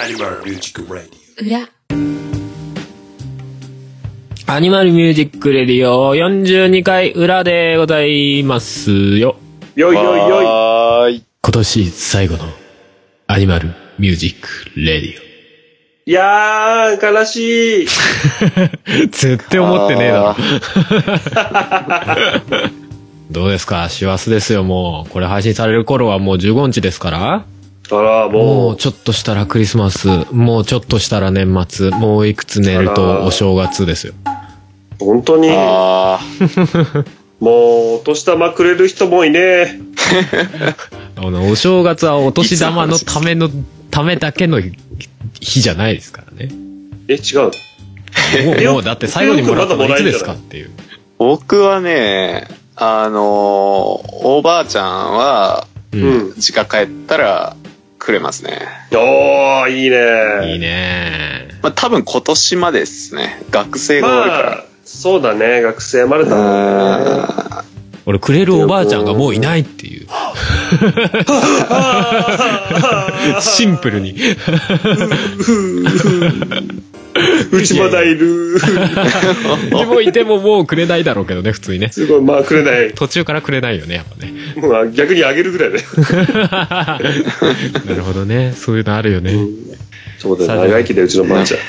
アニマルミュージックラディ裏。アニマルミュージックレディオ42回裏でございますよ。よいよいよい。はーい。今年最後のアニマルミュージックレディいやー、悲しい。オ。絶対思ってねえだろあ。ー どうですか師走ですよ、もう。これ配信される頃はもう15日ですから。あら、ももうちょっとしたらクリスマス。もうちょっとしたら年末。もういくつ寝るとお正月ですよ。う、本当に、あもう、お年玉くれる人もいねあの、お正月はお年玉のための、ためだけの日じゃないですからね。え。え、違う。もう、よもうだって最後にもらったのよくまだいもらえつでるんじゃすなかいっていう。僕はね、あのーおばあちゃんは、うんうん。実家帰ったら、くれますね。おー、いいねいいねまあ、多分今年までですね。学生が多いまかあ、そうだね。学生までだら。もんね。あ俺くれるおばあちゃんがもういないっていう。シンプルに。 うちまだい る。もいてももうくれないだろうけどね、普通にね。すごい、まあ、くれない。途中からくれないよね、やっぱね。まあ、逆にあげるぐらいだよ。なるほどね。そういうのあるよね。そうだよ。長生きだよ、うちのばあちゃん。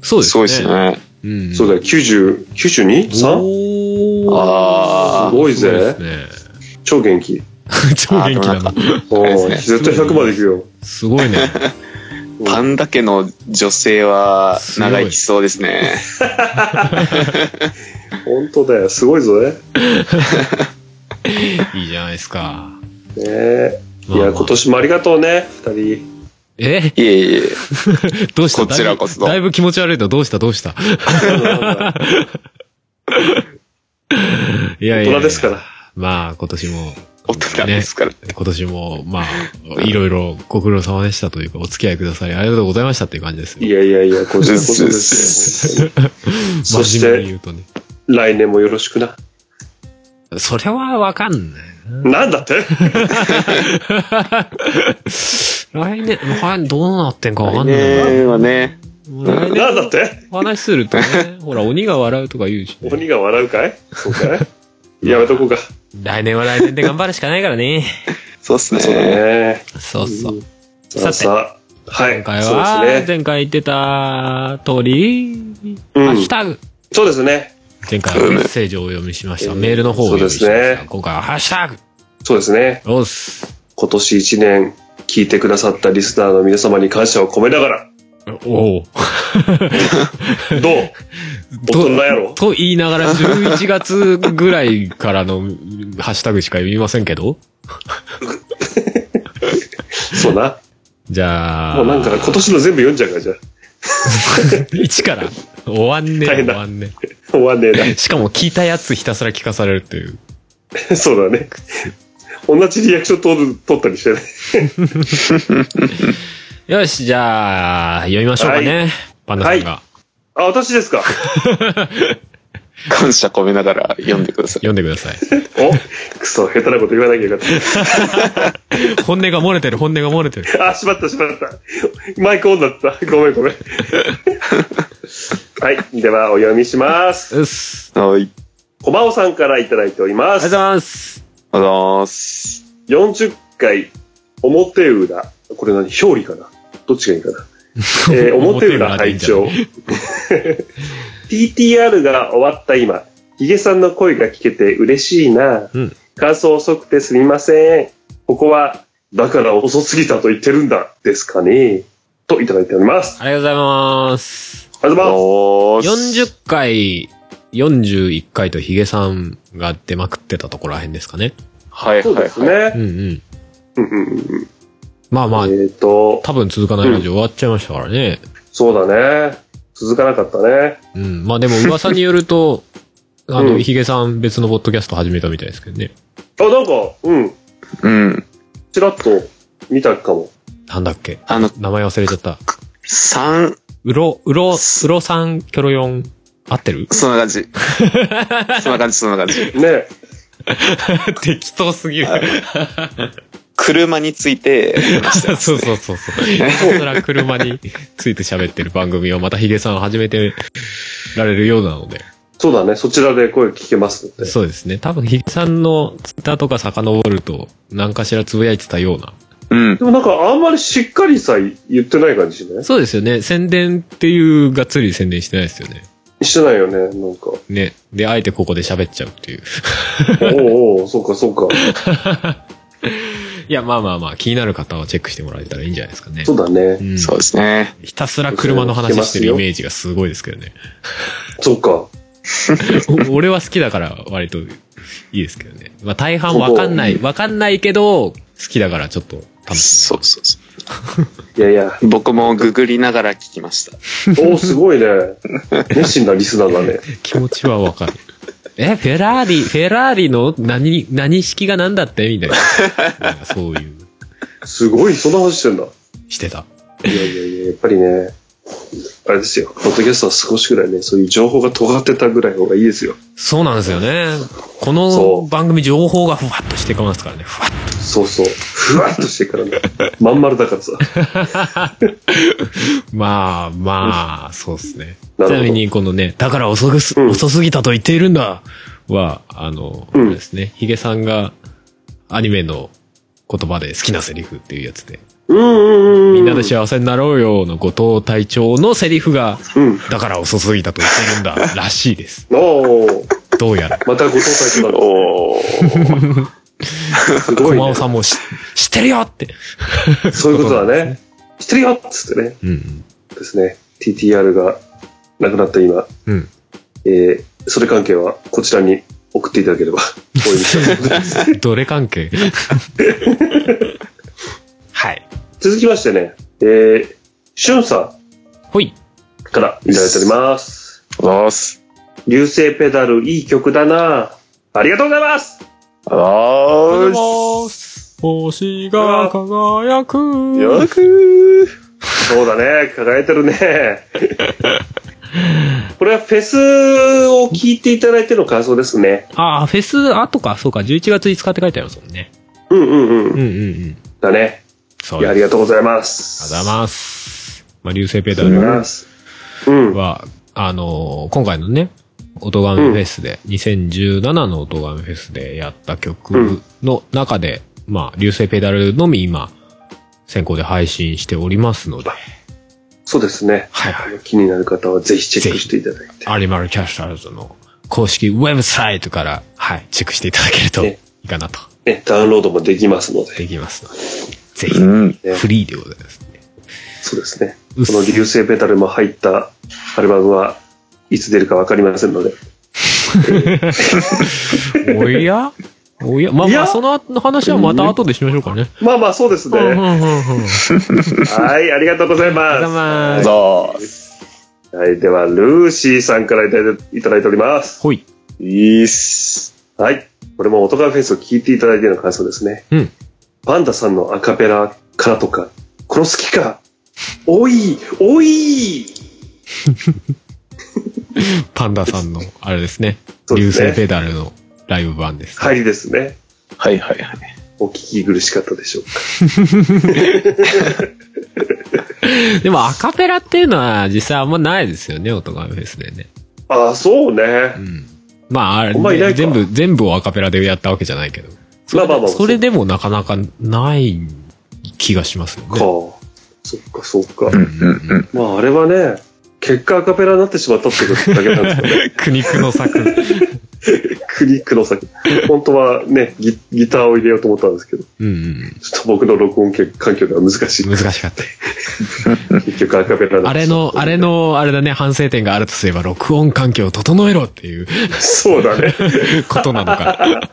そうーですすね。ごいですね。うん。そうだよ。90、92?3? おーあすごいそうでぜす。ね。 超元気。超元気だな。もですう、ね絶対100までいくよ。すごいね。 あ、パンだけの女性は長生きそうですね。本当だよ。すごいぞね。いいじゃないですか。ねえ。いまあや、まあ今年もありがとうね、 二人。えいえいえ。どうしたこちらこそだいぶだいぶ気持ち悪いとどうしたどうしたいや大いやいや人ですから。まあ、今年も、大人ですから。今年も、まあ、いろいろご苦労様でしたというか、お付き合いくださりありがとうございましたっていう感じですいよ。やいやいや、こちらこそですよ。本当にそし真面目にて、言うとね。来年もよろしくな。それはわかんないな。なんだって来年、はいどうなってんかわか来んない年はね、な。来なんだ年ってお話しす るとね、ほら、鬼が笑うとか言うし、ね。鬼が笑うかいそうかいやめとこうか。来年は来年で頑張るしかないからね。そうっすそうだね。ね。そうそう。さあさあ。は今い。回そはう、ですね。前回言ってた通り、うんハッシュタグ。そうですね。前回はメッセージをお読みしました。メールの方をお読みしまそうしですた。ね今回はハッシュタグ。そうですね。おっす。今年一年、聞いてくださったリスナーの皆様に感謝を込めながら、おお。どう大人やろと言いながら、11月ぐらいからのハッシュタグしか読みませんけど。そうな。じ ゃあ、もうなんか今年の全部読んじゃうから、じゃあ。一から。終わんね大え、終変だわんね終わんねええ。しかも聞いたやつひたすら聞かされるっていう。な。 そうだね。同じリアクション取る取ったりしてね。よし、じゃあ、読みましょうかね。パンダさんが、あ、私ですか。感謝込めながら読んでください。読んでくだ さい。お、くそ、下手なこと言わなきゃよかっ本音が漏れてる、本音が漏れてる。た。あ、しまった、しまった。マイクオンだった。ごめん、ごめん。はい。では、お読みします。うっす。はい。おまおさんからいただいておりまありがとうごす。ざいます。ありがとうございます。 40回、表裏。これ何表裏かなどっちがいいか なえー表裏でいいん拝じゃない聴 TTR が終わった今、ヒゲさんの声が聞けて嬉しいな。うん感想遅くてすみません。ここは、だから遅すぎたと言ってるんだ、ですかね。といただいております。ありがとうございます。ありがとうございお40回、41回とヒゲさんが出まくってたところらへんですかね。はいはいはます。い。そうですうんね。うん。うんうんうんまあまあえっ、、と、多分続かないラジオ終わっちゃいましたからね。そうだね。続かなかったね。うん。まあでも噂による と、あの、うんヒゲさん別のポッドキャスト始めたみたいですけどね。あ、なんか、うん。うん。ちらっと見たかも。なんだっけあの、名前忘れちゃった。三、うろ、うろ、うろさん、キョロヨン、合って るそんな感 じ。そんな感じ、そんな感じ。ね。適当すぎる。車について、 そうそうそうそう。ひたすら車について喋ってる番組をまたヒゲさん始めてられるようなので。そうだね、そちらで声聞けますので。そうですね。多分ヒゲさんのツイッターとか遡ると何かしらつぶやいてたような。うんで。もなんかあんまりしっかりさ、言ってない感じしないそうですよね。宣伝っていうがっつり宣伝してないですよね。してないよね、なんか。おね。で、あえてここで喋っちゃうっていう。おうおう、そうかそうか。いや、まあまあまあ、気になる方はチェックしてもらえたらいいんじゃないですかね。そうだね。うんそうですね。ひたすら車の話してるイメージがすごいですけどね。そうか。お 俺は好きだから割といいですけどね。まあ大半わかんない、わかんないけど、好きだからちょっと楽しそうそうそいやいや。う。僕もググりながら聞きました。おお、すごいね。熱心なリスナーだね。み。気持ちはわかる。え、フェラーリ、フェラーリの何、何式が何だってみたいな。なんかそういう、すごい、そんな話してんだ。してた。いやいやいや、やっぱりね、あれですよ。ポッドキャストは少しぐらいね、そういう情報が尖ってたぐらいの方がいいですよ。そうなんですよね。このそう番組情報がふわっとしてきますからね。ふわっそうそう。ふわっとしてからね。まん丸だからさ。と。まあまあ、そうですね。なるほどちなみにこのね、だから遅くす、うん遅すぎたと言っているんだは、あの、うんあれですね、ヒゲさんがアニメの言葉で好きなセリフっていうやつで、うんうんうん。みんなで幸せになろうよの後藤隊長のセリフが、うん。だから遅すぎたと言っているんだらしいです。おお。どうやら。またご当選なんだ。おー。すごい、駒尾ね。さんもし知ってるよって。そういうことだね。知ってるよっつってね。うんですね。TTR がなくなった今、うん。うん。えー、それ関係はこちらに送っていただけれ ば。応援したいと思います どれ関係はい。続きましてね、えー、しゅんさほい。んからいただいております。おす。流星ペダルいい曲だなありがとうございますおー星が輝く。す。よくそうだね、輝いてる ね。これはフェスを聞いていただいての感想ですね。ああ、フェス後か、そうか、11月5日って書いてありますもんね。うんうんううんん。うんうん。だね。そういです。や、あありりががとうございます。とうございます。まあ、流星ペダありがとうございルます。うん。は、あのー今回のね、音ガメフェスで、2017の音ガメフェスでやった曲の中で、まあ、流星ペダルのみ今、先行で配信しておりますので、そうですね。はいはい。気になる方はぜひチェックしていただいて。アニマルキャスターズの公式ウェブサイトから、はい、チェックしていただけるといねいかなと、ね、ダウンロードもできますので。できますので、ぜうひ、ん。ねフリーでございます、ね。そうですね。うっこの流星ペダルも入ったアルバムはいつ出るかわかりませんので。おやおやまあいまあ、やその後の話はまた後でしましょうかね。まあまあそうですね。うんうんうんうん。はい、ありがとうございます。ざますどうはい、では、ルーシーさんからいただいただいております。ほい。いいっす。はい。これも音楽フェスを聞いていただいての感想ですね。うん。パンダさんのアカペラからとか、この好きか、おい、おいパンダさんの、あれですね。そう流ですね星ペダルのライブ版です。入りですね。はいはいはい。お聞き苦しかったでしょうか。でも、アカペラっていうのは実際あんまないですよね、音がフェスでね。ああ、そうねう。ん。まあ、あれ、ほんまいないか全部、全部をアカペラでやったわけじゃないけど。まあまあまあそれでもなかなかない気がしますよか。ね。そっか、そっか。うん うんうん。まあ、あれはね、結果アカペラになってしまったってことだけなんです けどね。苦肉の策。クリックの先。本当はねギ、ギターを入れようと思ったんですけど、ちうんうん。ょっと僕の録音環境では難しい。難しかった。結局アカペラだあれの、あれ。の、あれだね、反省点があるとすれば、録音環境を整えろっていうそうだね。ことなの か。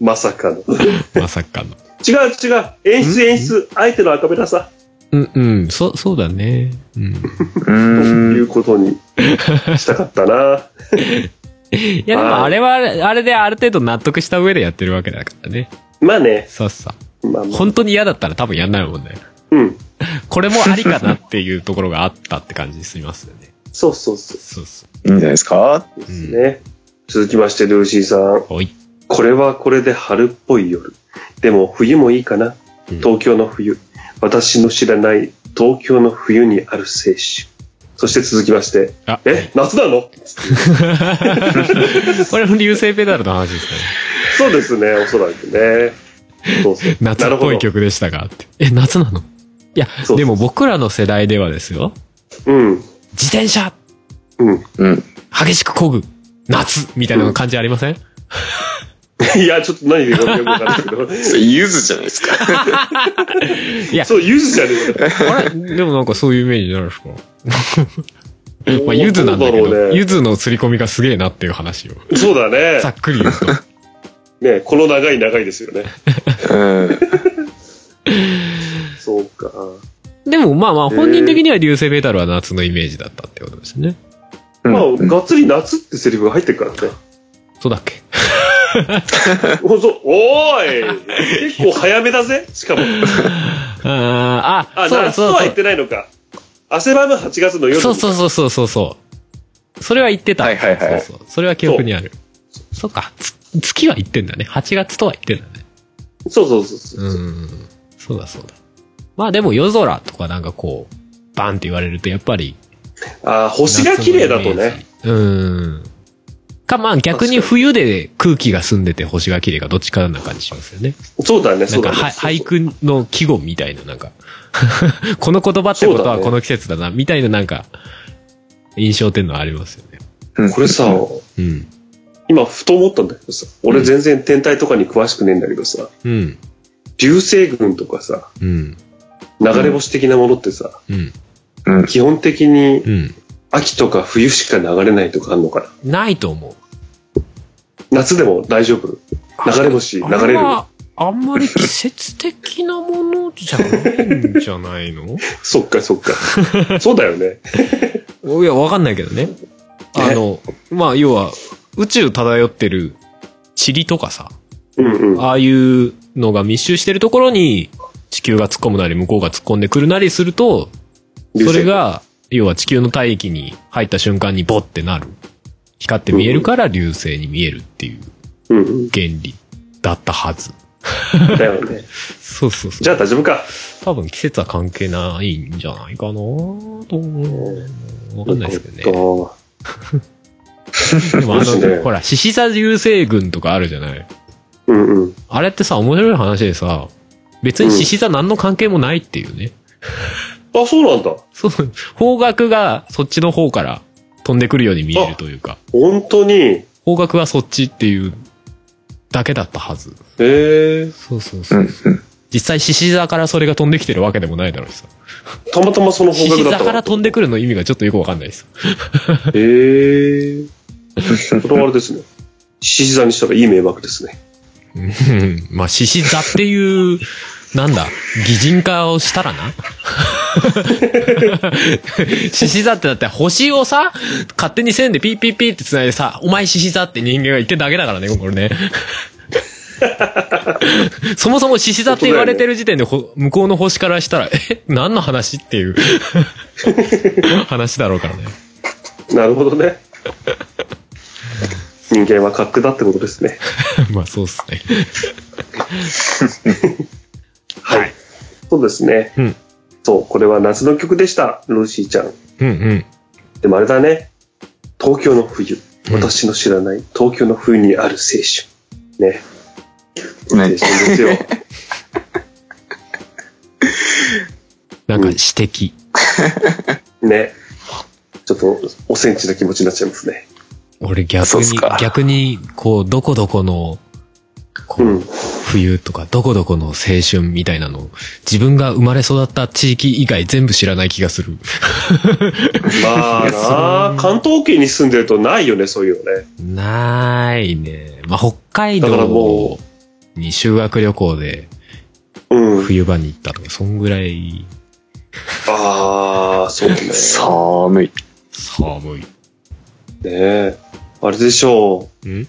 まさかの。違うまさかの。違う。演出演出。相手のアカペラさ。うんうん、そう、そうだね。うん。 うといんうことにしたかったな。いや、でもあれは、あれである程度納得した上でやってるわけだからね。まあね。さっさ。まあまあ。本当に嫌だったら多分やんないもんね。うん。これもありかなっていうところがあったって感じすみますよね。そうそうそそうそう。いいんじゃないですかうですね。続きまして、ルーシーさん。おい。これはこれで春っぽい夜。でも冬もいいかな。うん東京の冬、私の知らない東京の冬にある青春。そして続きまして、あ、え、夏なの これも流星ペダルの話 ですかね。そうですね、おそらくね。そうそう 夏っぽい曲でしたがって。え、夏なのいや、そうでも僕らの世代ではですよ。うん。自転車うん。 うん。激しく漕ぐ夏みたいな感じありません、いや、ちょっと何で言うかよくわかんないけど。それゆずじゃないですか。いやそう、ゆずじゃねえかあれでもなんかそういうイメージになるんですかまあ、ゆずなんだけどうだろうど、ねゆずの釣り込みがすげえなっていう話を、そうだねざ。っくり言うと。ね、この長い長いですよね。うん。そうか。でもまあまあ、本人的には流星メタルは夏のイメージだったってことですね。まあ、がっつり夏ってセリフが入ってるからね。そうだっけおそうおーい結構早めだぜしかあも。ーあ、あ、そうだ夏とそうはだ言ってないのか。汗ばむ8月の夜。そうそうそうそうそうそう。それは言ってた。はいはいはいそうそう。それは記憶にある。そっか。つ月は言ってんだね。8月とは言ってんだね。そうそうそうそうう。ん。そうだそうだ。まあでも夜空とかなんかこう、バンって言われるとやっぱり。あー、星が綺麗だとね。。うん。か、まあ逆に冬で空気が澄んでて星が綺麗かどっちかな感じしますよね。そうだね、なそんうだかね。はそうそう俳句の季語みたいな、なんか。 この言葉ってことそうだはねこの季節だな、みたいななんか、印象っていうのはありますよね。これさ、うん。今ふと思ったんだけどさ、俺全然天体とかに詳しくねえんだけどさ、うん。流星群とかさ、うん。流れ星的なものってさ、うん。うん。基本的にうん。秋とか冬しか流れないとかあんのかなないと思う。夏でも大丈夫流れ星、流れる。ああんまり季節的なものじゃないんじゃないのそっかそっか。そうだよね。 いや、わかんないけどね。あの、まあ、要は、宇宙漂ってる塵とかさ、うんうん。ああいうのが密集してるところに、地球が突っ込むなり、向こうが突っ込んでくるなりすると、流そ星れが、要は地球の大気に入った瞬間にボッてなる。光って見えるから流星に見えるっていううんうん。原理だったはず。だよね。そうそうそう。じゃあ大丈夫か。多分季節は関係ないんじゃないかなと思う。わかんないですけどね。よかっでもあそうですねの、ほら、獅子座流星群とかあるじゃないたうんうん。あれってさ、面白い話でさ、別に獅子座何の関係もないっていうね。あ、そうなんだ。そう、方角がそっちの方から飛んでくるように見えるというか、本当に。へ方角はそっちっていうだけだったはず。え。そうそううそう。ん。うん。実際獅子座からそれが飛んできてるわけでもないだろうしさ。たまたまその方獅子角だ座っ たから飛んでくるの意味がちょっとよくわかんないです。る。へえ。これはあれですね。獅子座にしたらいい迷惑ですね。うんまあ、獅子座っていう、なんだ、擬人化をしたらな。獅子座ってだって星をさ、勝手に線でピーピーピーって繋いでさ、お前獅子座って人間が言ってるだけだからね、これね。そもそも獅子座って言われてる時点で、ほ向こうの星からしたら、え、何の話っていう 話だろうからね。なるほ どね。人間は勝手だってことですね。まあ、そうっすね。はい。そうですね。うんそう、これは夏の曲でした。ルーシーちゃん。うんうん。でもあれだね。東京の冬。うん私の知らない東京の冬にある青春。ね。青春ねですよ。なんか指摘。ね。ちょっと、おセンチな気持ちになっちゃいますね。俺逆そうっにすか、逆に、こう、どこどこの、こう。うん冬とか、どこどこの青春みたいなのを、自分が生まれ育った地域以外全部知らない気がする。まあなあ 関東圏に住んでるとないよね、そういうのね。なーいね。まあ、北海だからも道に修学旅行でうん。冬場に行ったとか、そんぐらいああ、そうね。寒い。寒い。ねえあれでしょう。ん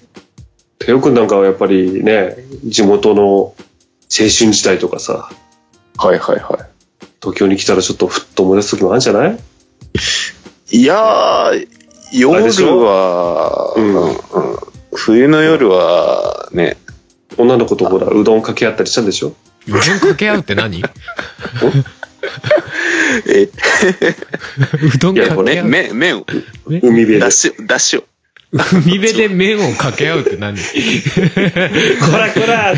てよくんなんかはやっぱりね、地元の青春時代とかさ、はいはいは東京に来たらちょっとふっと思い出す時もあるんじゃないい。いやー、夜あれでしょは、うんうんうん冬の夜は、ね、女の子とほら、うどんかけ合ったりしたんでしょ予言掛け合うって何 うえ、どんいや、こ掛けれ合う。ね、麺、麺を、海辺でだ。しを、だしを。海辺で麺を掛け合うって何こらこら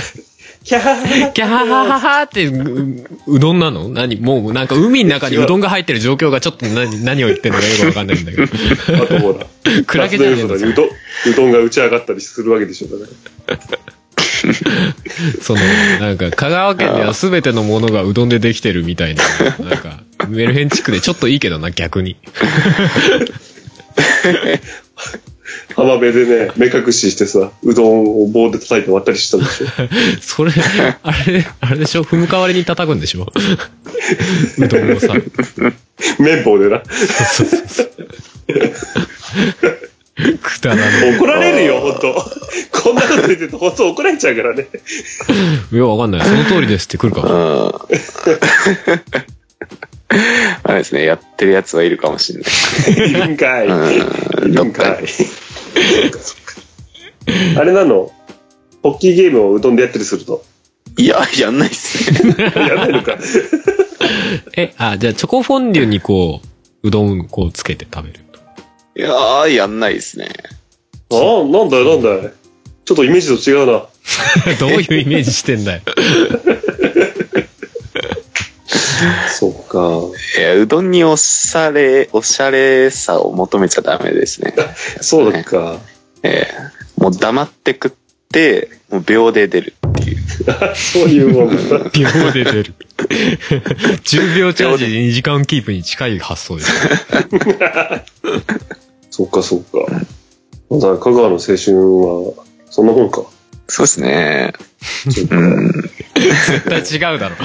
キャーキャハハハハってう、ううどんなの何もうなんか海の中にうどんが入ってる状況がちょっと何、何を言ってんのかよくわかんないん だけど。 あとほら、クラゲじゃねえ夏のの夜空にうどんうどんが打ち上がったりするわけでしょ、だかその、なんか香川県では全てのものがうどんでできてるみたいな。なんか、メルヘン地区でちょっといいけどな、逆に。ら浜辺でね、目隠ししてさ、うどんを棒で叩いて割ったりしたんで しょ。それ、あれ、あれでしょ踏む代わりに叩くんでしょうどんをさ。綿棒でな。そうそうそう。くだらね怒られるよ、ほんと。こんなこと言ってると、ほんと怒られちゃうからね。え。よくわかんない。その通りですって来るかうん。 も。あれですね、やってるやつはいるかもしれな い。いるんかい。うんいるんかい。あれなのポッキーゲームをうどんでやったりすると。いや、やんないっすね。 やめ るか。え、あ、じゃあチョコフォンデュにこう、うどんこうつけて食べる。いやー、やんないっすね。あなんだよ、なんだよ。ちょっとイメージと違うな。どういうイメージしてんだよ。そうか。いや、うどんにおしゃれ、おしゃれさを求めちゃダメですね。そうだっか。えーもう黙って食って、もう秒で出るっていう。そういうもんだ。秒で出る。10秒チャージで2時間キープに近い発想です。 そっか、そっか。まだ香川の青春は、そんなもんか。そうです ね。そっかうん。絶対違うだろ。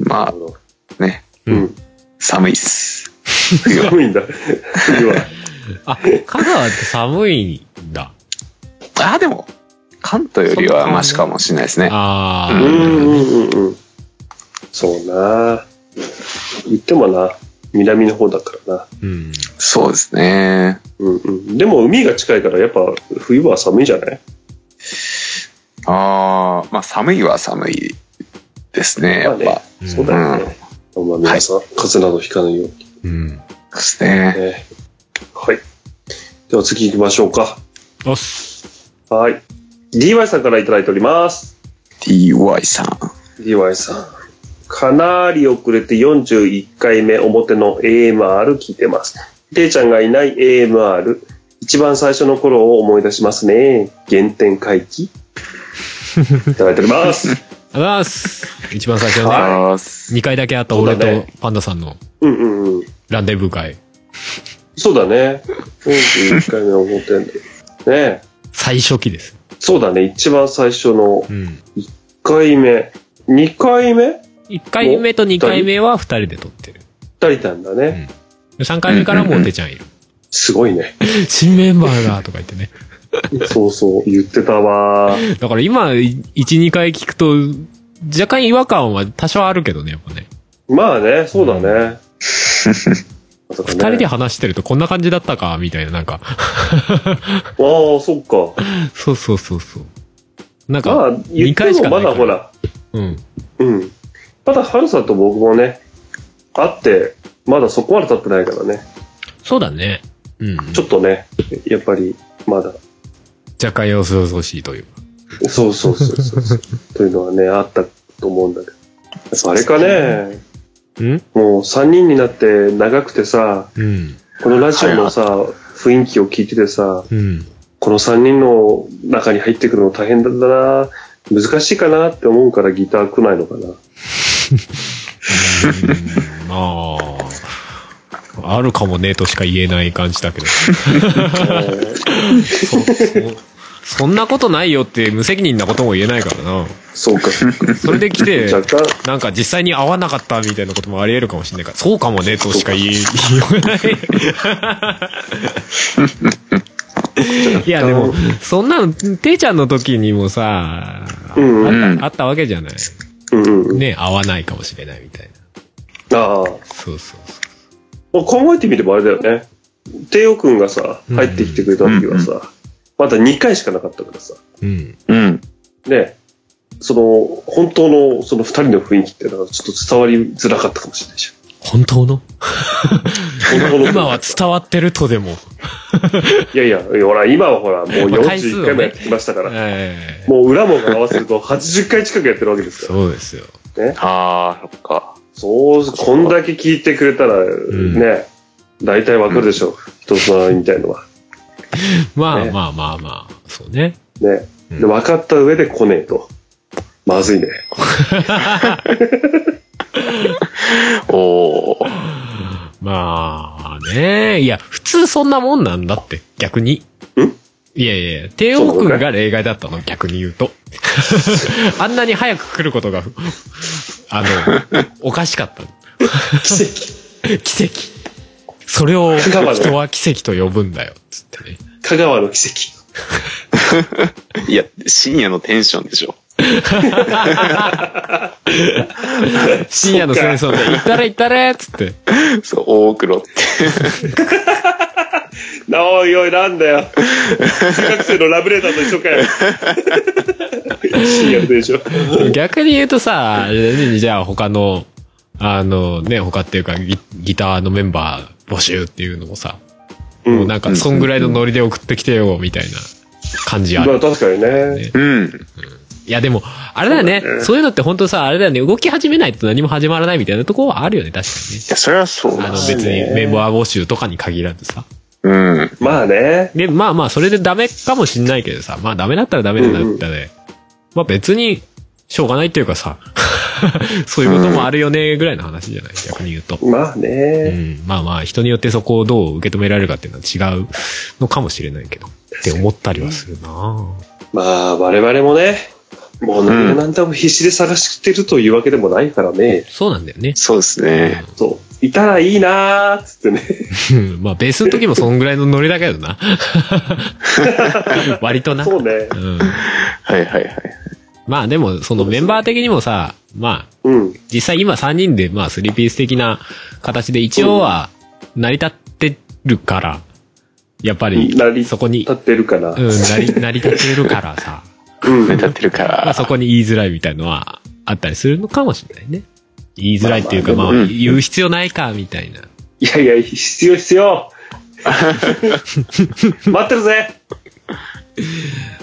まあ、ね、うん。寒いっす。寒いんだ。冬は。あ、香川って寒いんだ。あ、でも、関東よりはマシかもしれないですね。あうー。んうんうんうん。そうな。言ってもな、南の方だからな。うん。そうですね。うんうん。でも海が近いから、やっぱ冬は寒いんじゃないああ、まあ寒いは寒いですね、やっぱ。まあうね、んそうだよね。まあ皆さん、風邪などひかないようにうん。そうですね。ね。はい。では次行きましょうか。おっす。はい。DY さんからいただいております。 DY さん。 DY さん。かなり遅れて41回目表の AMR 聞いてます。れいちゃんがいない AMR。一番最初の頃を思い出しますね。原点回帰いただいております。あざっす。一番最初はね。あーす2回だけ会った俺そうだとねパンダさんのうんうんうん。ランデブー会。そうだね。41回目表で。ねえ最初期です。そうだね。一番最初のうん。 1回目。2回目1回目と2回目は2人で撮ってる。だいたんだね。 3回目からもうてちゃんいる。すごいね。新メンバーがとか言ってね。そうそう。言ってたわ。だから今、1、2回聞くと、若干違和感は多少あるけどね、やっぱね。まあね、そうだね。二二人で話してるとこんな感じだったか、みたいな、 なんか。ああ、そっか。そうそうそうそう。なんまか、あ、2言って回しかもなまいから。だほら、うん。うん。まだ春さんと僕もね、会って、まだそこまで経ってないからね。そうだね。うん。ちょっとね、やっぱり、まだ。若干様子々しいという。そうそうそうそうそう。 というのはね、あったと思うんだけど。そうあれかね、んもう3人になって長くてさ、うん。このラジオのさ、雰囲気を聞いててさ、うん。 この3人の中に入ってくるの大変だったな、難しいかなって思うからギター来ないのかな。ああ。あるかもね、としか言えない感じだけど。そ、そそんなことないよって無責任なことも言えないからな。そ うか。それで来て、 若干、なんか実際に会わなかったみたいなこともあり得るかもしれないから、そうかもねとしか言い言いようがない。いや、でも、そんなの、ていちゃんの時にもさ、うんうあっんたあったわけじゃない。うんうん。ね、会わないかもしれないみたいな。あそあ。うそうそまあ考えてみればあれだよね。帝王くんがさ、うん入ってきてくれた時はさ、まだ2回しかなかったからさ。う。うん。うん。ね、その、本当のその二人の雰囲気っていうのはちょっと伝わりづらかったかもしれないし。本当の本当の今は伝わってるとで も。いやいや、ほら、今はほら、もうまあ回数をね41回もやってきましたから、ええもう裏も合わせると80回近くやってるわけですから。そうですよ。ああ、そっか。そう、こんだけ聞いてくれたら、んね、大体わかるでしょう。人となりみたいのは。まあねまあまあまあ、そうね。ね。うんで、分かった上で来ねえと。まずいね。おお。まあね。いや、普通そんなもんなんだって、逆に。いやいやいや、帝王くんが例外だったの、逆に言うと。 あんなに早く来ることが、あ の、おかしかった。奇跡。奇跡。 それを香川の人は奇跡と呼ぶんだよ、つってね。香川の奇跡。いや、深夜のテンションでしょ。深夜の戦争で、行ったれ行ったれっつって。そう、大黒って。なおいおい、なんだよ。中学生のラブレターと一緒かよ。深夜でしょ。 逆に言うとさ、あれだねじゃあ他の、あのね、他っていうかギギターのメンバー募集っていうのもさ、うんもうなんかそんぐらいのノリで送ってきてよ、みたいな感じあまある。確かにね。うん。いやでも、あれだよねそうだ、ねそういうのって本当さ、あれだよね、動き始めないと何も始まらないみたいなとこはあるよね、確かにね。いや、それはそうあだのし。別にメンバー募集とかに限らずさ。うん。まあね。で、まあまあ、それでダメかもしんないけどさ、まあダメだったらダメだったで、まあ別に、しょうがないっていうかさ、 そういうこともあるよね、ぐらいの話じゃない逆に言うと。まあうね。ん、まあまあ、人によってそこをどう受け止められるかっていうのは違うのかもしれないけど、って思ったりはするなまあ我々もね、もう何が何でも必死で探してるというわけでもないからね。そうなんだよね。 そうですね。そう。いたらいいなーっつってね。うんまあ、ベースの時もそんぐらいのノリだけど な。割とな。そうね。うん、はいはいはい。まあでも、そのメンバー的にもさ、まあ、うん。実際今3人で、まあ3ピース的な形で一応は成り立ってるから、やっぱうん成り、り立そこに立、ってるから。うん、成 り、成り立ってるからさ、うん。目立ってるかまあら。そこに言いづらいみたいのはあったりするのかもしれないね。言いづらいっていうか、ままああまあうん言う必要ないか、みたいな。いやいや、必要必 要。待ってるぜ。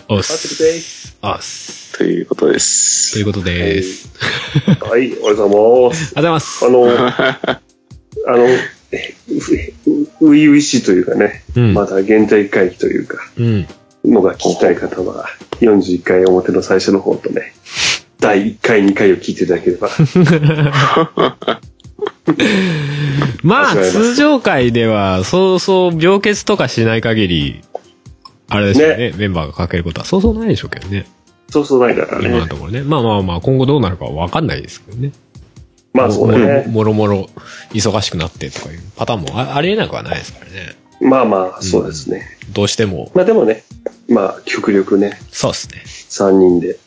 おっ待ってるぜす。。おっす。ということでとすいう。ことです。はい、おはようございます。ありがとうございますあ。 の、あの、ういういしいというかね、うん。まだ現在回帰というか、うん。のが聞きたい方は、41回表の最初の方とね、第1回、2回を聞いていただ ければ。まあ、間違えました通常会では、そうそう、病欠とかしない限り、あれですよね、メンバーがかけることは、そうそうないでしょうけどね。そうそうないから今のね。ところね。まあまあまあ、今後どうなるかは分かんないですけどね。まあそうだね。もろもろ、もろもろ忙しくなってとかいうパターンもあありえなくはないですからね。まあまあ、そうですね。どうしても、まあでもね、まあ、極力ね、そうっすね。 3人で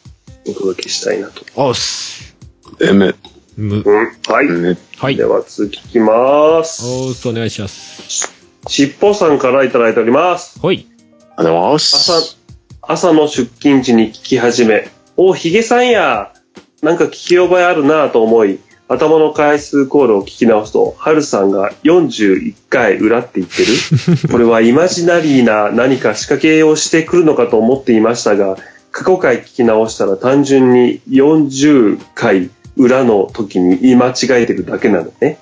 お届けしたいなと。おっす。む、むう、ん、はい。む、はいで。は続きいきます。おっす、お願いします。しっぽさんからいただいております。ほい。あの、わお朝し。、朝の出勤時に聞き始め、お、ヒゲさんや、なんか聞き覚えあるなぁと思い、頭の回数コールを聞き直すと、ハルさんが41回裏って言ってるこれはイマジナリーな何か仕掛けをしてくるのかと思っていましたが、過去回聞き直したら単純に40回裏の時に言い間違えてるだけなのね。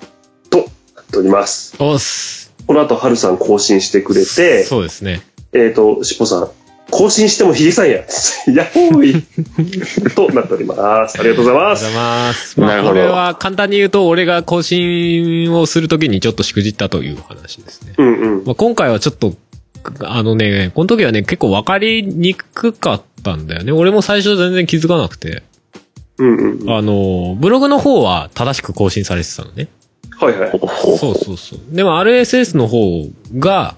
と、なっております。おっす。この後、ハルさん更新してくれて、そうですね。えっ、と、しっぽさん、更新してもヒゲさんや。 やっほーい。 となっております。ありがとうございおはようまござす。います。まなるあ、ほこどれは簡単に言うと、俺が更新をするときにちょっとしくじったという話ですね。うんうん。まあ、今回はちょっと、あのね、この時はね、結構分かりにくかったんだよね。俺も最初全然気づかなくて。うんうん。はあの、ブログの方は正しく更新されてたのね。いはい。そうそうそう。でも RSS の方が、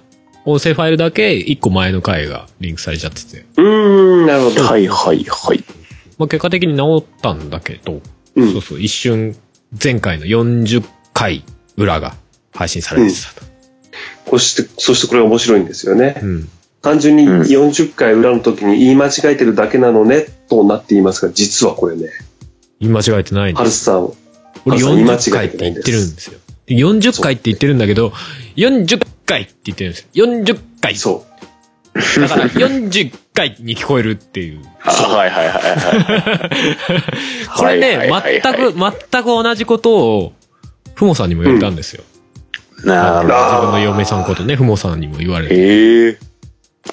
音声ファイルだけ1個前の回がリンクされちゃってて。うーん、なるほど。はいはいはい。まあ、結果的に治ったんだけど、うんそうそう、一瞬、前回の40回裏が配信されてたと。そして、そしてこれ面白いんですよね。うん。単純にうん40回裏の時に言い間違えてるだけなのねとなっていますが、実はこれね、言い間違えてないんハでルす。スさん、俺ハルさん40回ってない言ってるんですよ。40回って言ってるんだけど、40回って言ってるんですよ。40回そだから40回に聞こえるっていう。あはいはいはいはい。 これはねいはいは全い、はいく、全く同じことを、ふもさんにも言われたんですよ。なるほあー自分の嫁さんことね、ふもさんにも言われて。ど。ええ。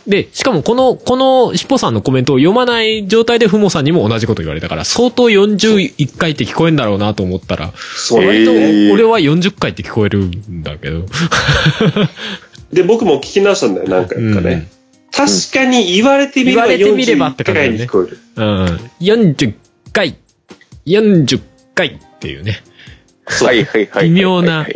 で、しかもこの、このしっぽさんのコメントを読まない状態でふもさんにも同じこと言われたから、相当41回って聞こえんだろうなと思ったら、う。そうなんえでーす俺は40回って聞こえるんだけど。で、僕も聞き直したんだよ、何回かね。確かに言われてみれば言われてみればって41感じだよ回ねに聞こえる。うん。40回、40回っていうね。はいはいはいはいはいはい。微妙な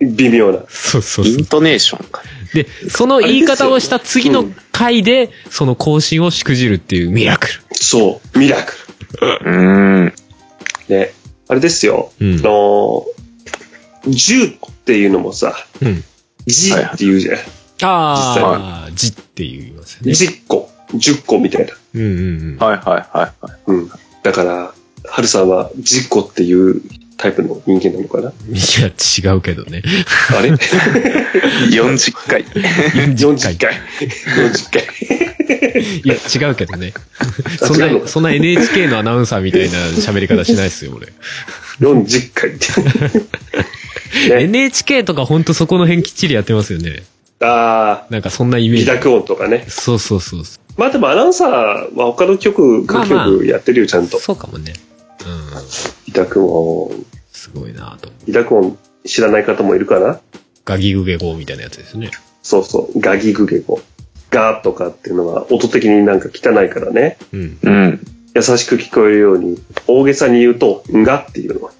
微妙な。そうそうイそうン。トネーションか。で、その言い方をした次の回で、その更新をしくじるっていうミラクそう、ミラクうーん。ル。ね。あれですよ、ル。うんあ。のー、10っていうのもさ、うん。じって言うじゃん。ああ、じって言いますよね。 10個、10個みたいな。うんうんはいはいはいはい。うん。だから、ハルさんは10個っていうタイプの人間なのかなうん。いや、違うけどね。あれ40回。 ?40 回。40回。いや、違うけど ね。そん違うのな、そんな NHK のアナウンサーみたいな喋り方しないですよ、俺。 40回って。ね NHK とかほんとそこの辺きっちりやってますよね。ああ、なんかそんなイメー美ジ。濁音とかね。そうそうそうそまあでもアナウンサーは他の局、まあ各まあ局やってるよ、ちゃんう。と。そうかもね。うん。美濁音。すごいなぁと。美濁音知らない方もいるかなガギグゲゴみたいなやつですね。そうそう。ガギグゲゴ。ガーとかっていうのは音的になんか汚いからね。うん。うん。優しく聞こえるように、大げさに言うと、んがっていうのは。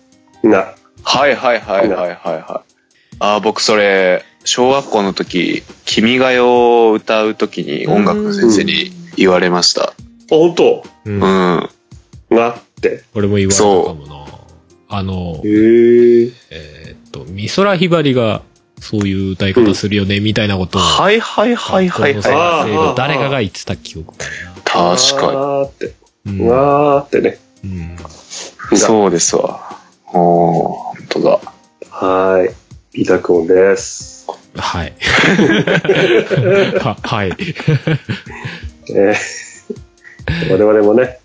んが。はいはいはいはいはいはい。ああ、僕それ、小学校の時、君が代を歌う時に音楽の先生に言われました。あ、本当うん。うん。がって。俺も言われたかもなあの、へえ。えーっと、美空ひばりがそういう歌い方するよね、みたいなことを、はいはいはいはい学校はの先生あーあがー誰かが言ってた記憶があるい。確かがーって。な。うんがーってね。うん。に。そうですわ。おー、ほんとだ。はーい。美濁音です。 はい。は、はい。え ー我々もね、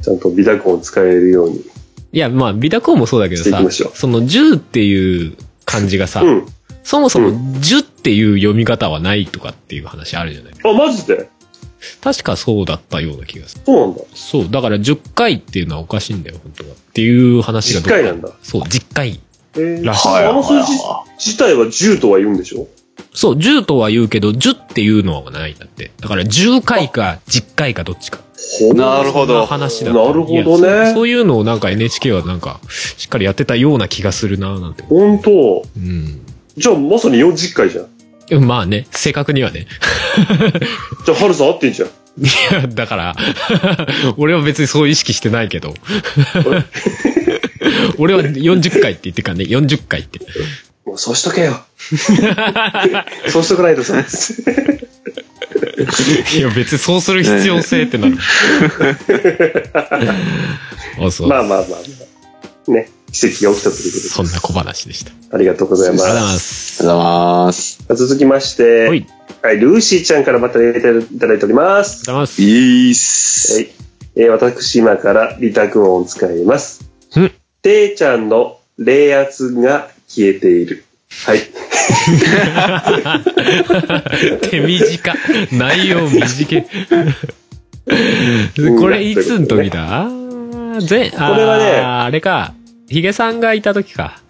ちゃんと美濁音を使えるように。いや、まあ、美濁音もそうだけどしていきさましょ、うその10っていう漢字がさ、うん。そもそうも10っていう読み方はないとかっていう話あるじゃないあ、マジで確かそうだったような気がする。そうなんだ。そう。だから10回っていうのはおかしいんだよ、本当は。っていう話がどっか10回なんだ。そう、10回。えー、らしいはいはいあの数字は自体は10とは言うんでしょそう、10とは言うけど、10っていうのはないんだって。だから10回か10回かどっちか。い。なるほそんなど。話だったなるほどいねやそう。そういうのをなんか NHK はなんか、しっかりやってたような気がするなぁなんて。本当うん。じゃあまさに40回じゃん。まあね、正確にはね。 じゃあ、ハルさん合ってんじゃん。いやだから、 俺は別にそう意識してないけど。 俺は40回って言ってっからね、40回って。 もうそうしと けよ。そうしとかないとさ。いや、別にそうする必要性ってな る。あ、そう。 まあまあまあまあ。ね。奇跡が起きたということそんな小話でした。ありで。ありがとうございがとうございま。ますす。ありがとうございます。続きまして、は、はいあいり、がとうルーシーちゃんからまたいただいております。ございます。いいっはす。い。えー私今からリタク音を使いますうん。てーちゃんの冷圧が消えている。はい。 手短。内容短い。これいつの時だ前、ここれはねあれか。ヒゲさんがいた時か。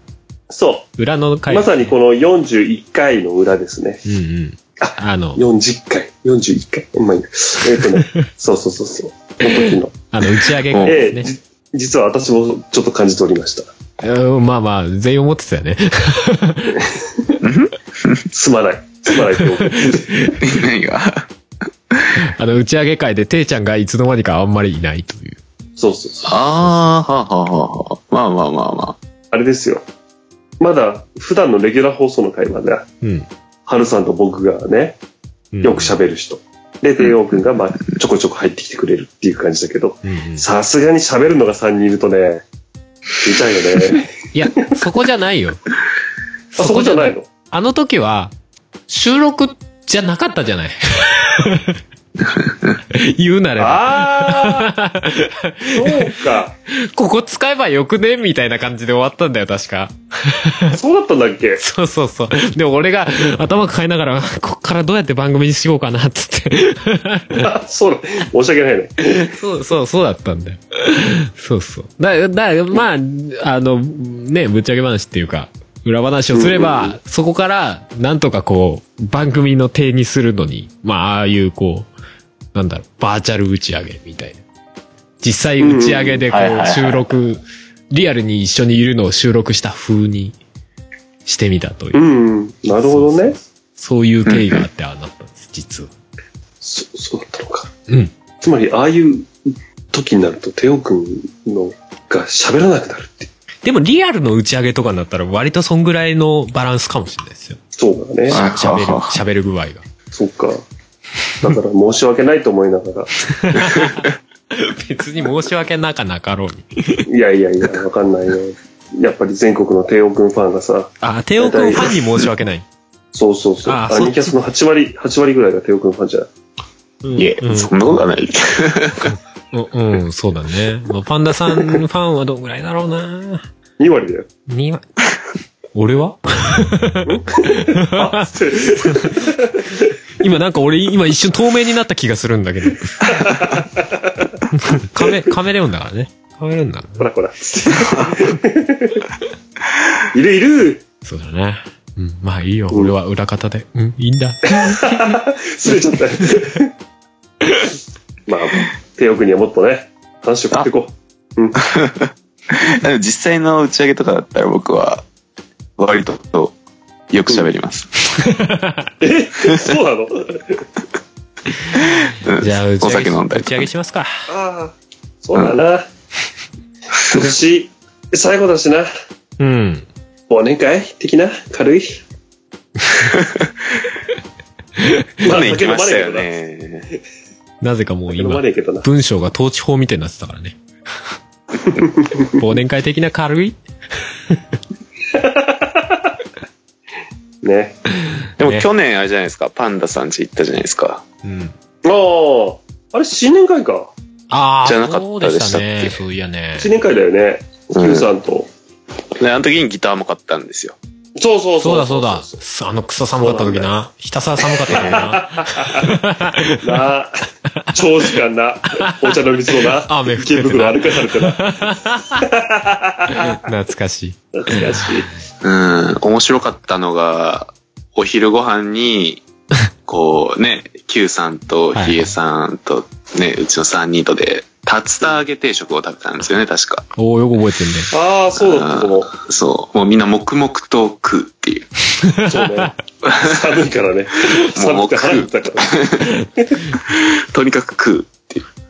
そ裏のう。回。まさにこの41回の裏ですね。うんうん。あの、 40回。41回。うまいな。えっ、とね。そうそうそうそう。この時の。あの、打ち上げうんえ会えですね。じ実は私もちょっと感じておりました。うんまあまあ、全員思ってたよね。 すまない。すまないって思って。何があの、打ち上げ会で、ていちゃんがいつの間にかあんまりいないという。そうそうそう。ああ、はあはあはあはあ。まあまあまあまあれですよ。まだ普段のレギュラー放送の会話で、うん。ハルさんと僕がね、うんよく喋る人。で、帝王くんが、まあ、ちょこちょこ入ってきてくれるっていう感じだけど、うんうんさすがに喋るのが3人いるとね、出ちゃうよね。いや、そこじゃないよ。あ、そこじゃないい。のあの時は、収録じゃなかったじゃない。 言うなれば、ああーそうか。ここ使えばよくねみたいな感じで終わったんだよ、確か。そうだったんだっけ そうそうそう。で、俺が頭抱えながら、こっからどうやって番組にしようかな、つって。あそうだ。申し訳ないね。そうそう、そうだったんだよ。そうそう。だ、だ、まあ、あの、ね、ぶっちゃけ話っていうか、裏話をすれば、うんうんそこから、なんとかこう、番組の体にするのに、まあ、ああいうこう、なんだろう、バーチャル打ち上げみたいな。実際打ち上げでこうんうんはう、いはいはい収録、リアルに一緒にいるのを収録した風にしてみたというう。ん。なるほどね。そういう経緯があって、ああなったんです、実は。そそうだったのか。うん。つまり、ああいう時になると、テオくんのが喋らなくなるって。でもリアルの打ち上げとかになったら割とそんぐらいのバランスかもしれないですよ。そうだね。あ喋る、はは喋る具合が。そっか。だから申し訳ないと思いなが別に申し訳なかなかろうに。ら、いやいやいや、わかんないよ。やっぱり全国の帝王くんファンがさ、あ、テオ君ファンに申し訳ない。そうそうそう。あアそっちニキャスの8割、8割ぐらいが帝王くんファンじゃない。うんいえ、そんなことはない。 うん、うん、そうだね。まあパンダさんファンはどんぐらいだろうな2割だよ。には、俺はあ、失礼今なんか俺今一瞬透明になった気がするんだけど。 カメ、カメレオンだからね。カメレオンだからねほらほら。いるいるそうだね。うん、まあいいよ。俺は裏方で。うん、いいんだ。すれちゃった。まあ、帝王くんにはもっとね、話を振ってこう。 でも実際の打ち上げとかだったら僕は、割とよく喋ります。そうなのうんじゃあ、打ち お上酒げし飲んだ打りとちか上げしますか。ああ、そうだな。今年、最後だしな。うん。忘年会的な軽い去年行きましたよね。なぜかもう飲ま今、ねえけどな。文章が統治法みたいになってたからね。忘年会的な軽いね。でもね去年あれじゃないですか、パンダさん家行ったじゃないですか。うん。ああ、あれ新年会か。ああ、じゃなかったそうでしたでしたね。っけそういやね。新年会だよね。うん Q さんと。で、あの時にギターも買ったんですよ。そうそうそそううだそうだ。あのクソ寒かった時な。ひたすら寒かった時な。なあ、長時間な、お茶の水のな、雨降って池る袋な。歩かされてな、懐かしい。懐かしい。うん、面白かったのが、お昼ご飯 に、こうね、Q さんとはいヒエさんとね、うちの3人とで、竜田揚げ定食を食べたんですよね、確か。おお、よく覚えてるね。ああ、そうだったと思う。そう。もうみんな黙々と食うっていう。そうね。寒いからね。 寒くもうて腹減ったから。とにかく食う。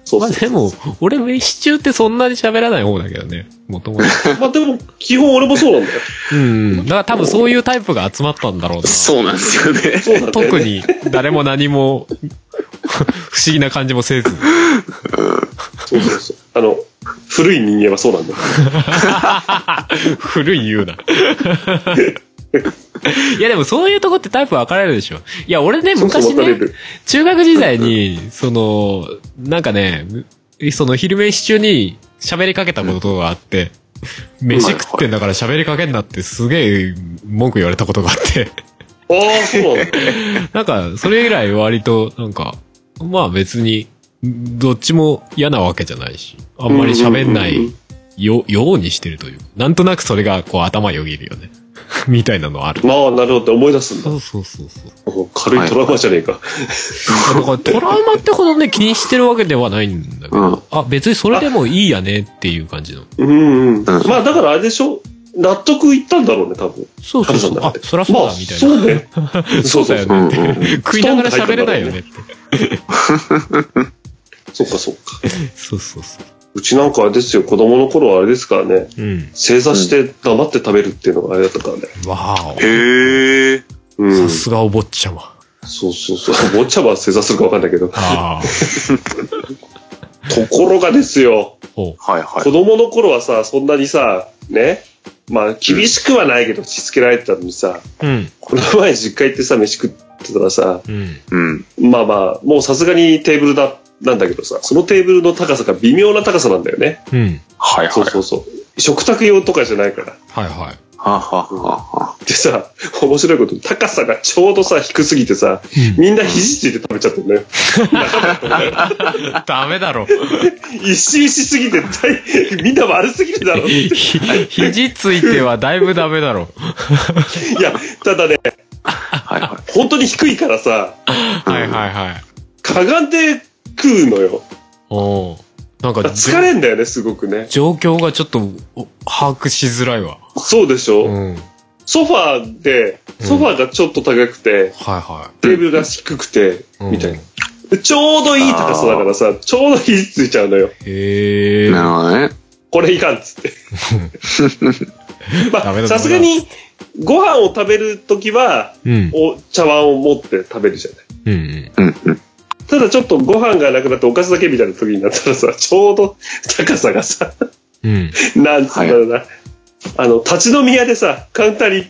そうまあそでう。も、俺飯中ってそんなに喋らない方だけどね。もともと。まあでも、基本俺もそうなんだよ。うん。だから多分そういうタイプが集まったんだろうな。そうなんですよね。そうなんだよね。特に誰も何も 不思議な感じもせず。そうそうそう。あの、古い人間はそうなんだよ。古い言うな。 いやでもそういうとこってタイプ分かれるでしょ。いや俺ね、そうそう昔分かれねる、中学時代に、その、なんかね、その昼飯中に喋りかけたことがあって、飯食ってんだから喋りかけんなってすげえ文句言われたことがあって、ああ、そ うなんだ。なんかそれ以来割と、なんか、まあ別に、どっちも嫌なわけじゃないし、あんまり喋んなうんうんうんういんよ、ようにしてるというか。なんとなくそれが、こう、頭よぎるよね。 みたいなのある。まあ、なるほどって思い出すんだ。そうそうそうそう。もう軽いトラウマじゃねえか。だから、トラウマってほどね、気にしてるわけではないんだけうんど。あ、別にそれでもいいやねっていう感じの。うんうん。うんまあ、だからあれでしょ納得いったんだろうね、多分。そうそうそう。ああ、そらそうまあ、だ、みたいな。そうね。 そうだよねってうんうんいう。食いながら喋れないよねって。そうか、そうか。そうそうそうちなんかあれですよ、子供の頃はあれですからね、う。うん。正座して黙って食べるっていうのがあれだったからね。わーへえ。うお。さ。んすがお坊ちゃま。そうそうそう。ぼっちゃまは正座するかわかんないけど。とああ。ころがですよ、おうはいは子い。供の頃はさ、そんなにさ、ね、まあ厳しくはないけど、しつけられてたのにさ、うん。この前実家行ってさ、飯食ってたらさ、うん。うん。まあまあ、もうさすがにテーブルだ、なんだけどさ、そのテーブルの高さが微妙な高さなんだよね。うん。はいはい。そうそうそう。食卓用とかじゃないから。はいはい。はあはあはあはあ。でさ、面白いことに、高さがちょうどさ、低すぎてさ、みんな肘ついて食べちゃってるのよ。ダメだ ろ。一周しすぎて、大みんな悪すぎるだろうって。ひ肘ついてはだいぶダメだろ。いや、ただね、はいはい。本当に低いからさ、はいはいはい。かがんで食うのよ。おうなんか、疲れんだよね、すごくね。状況がちょっとお把握しづらいわ。そうでしょ、うん。はいソファーで、ソファーがちょっと高くて、はテーブルが低くて、い。うんみたいな。でちょうどいい高さだからさ、ちょうど肘ついちゃうのよ。へえ。なるほどね。これいかんっつ って。まダメあ、ださすがに、ご飯を食べるときは、うん。お茶碗を持って食べるじゃない。うんうん。うんうん。ただちょっとご飯がなくなっておかずだけみたいな時になったらさ、ちょうど高さがさ、うん。なんつうんだろうな、あの、立ち飲み屋でさ、カウンターに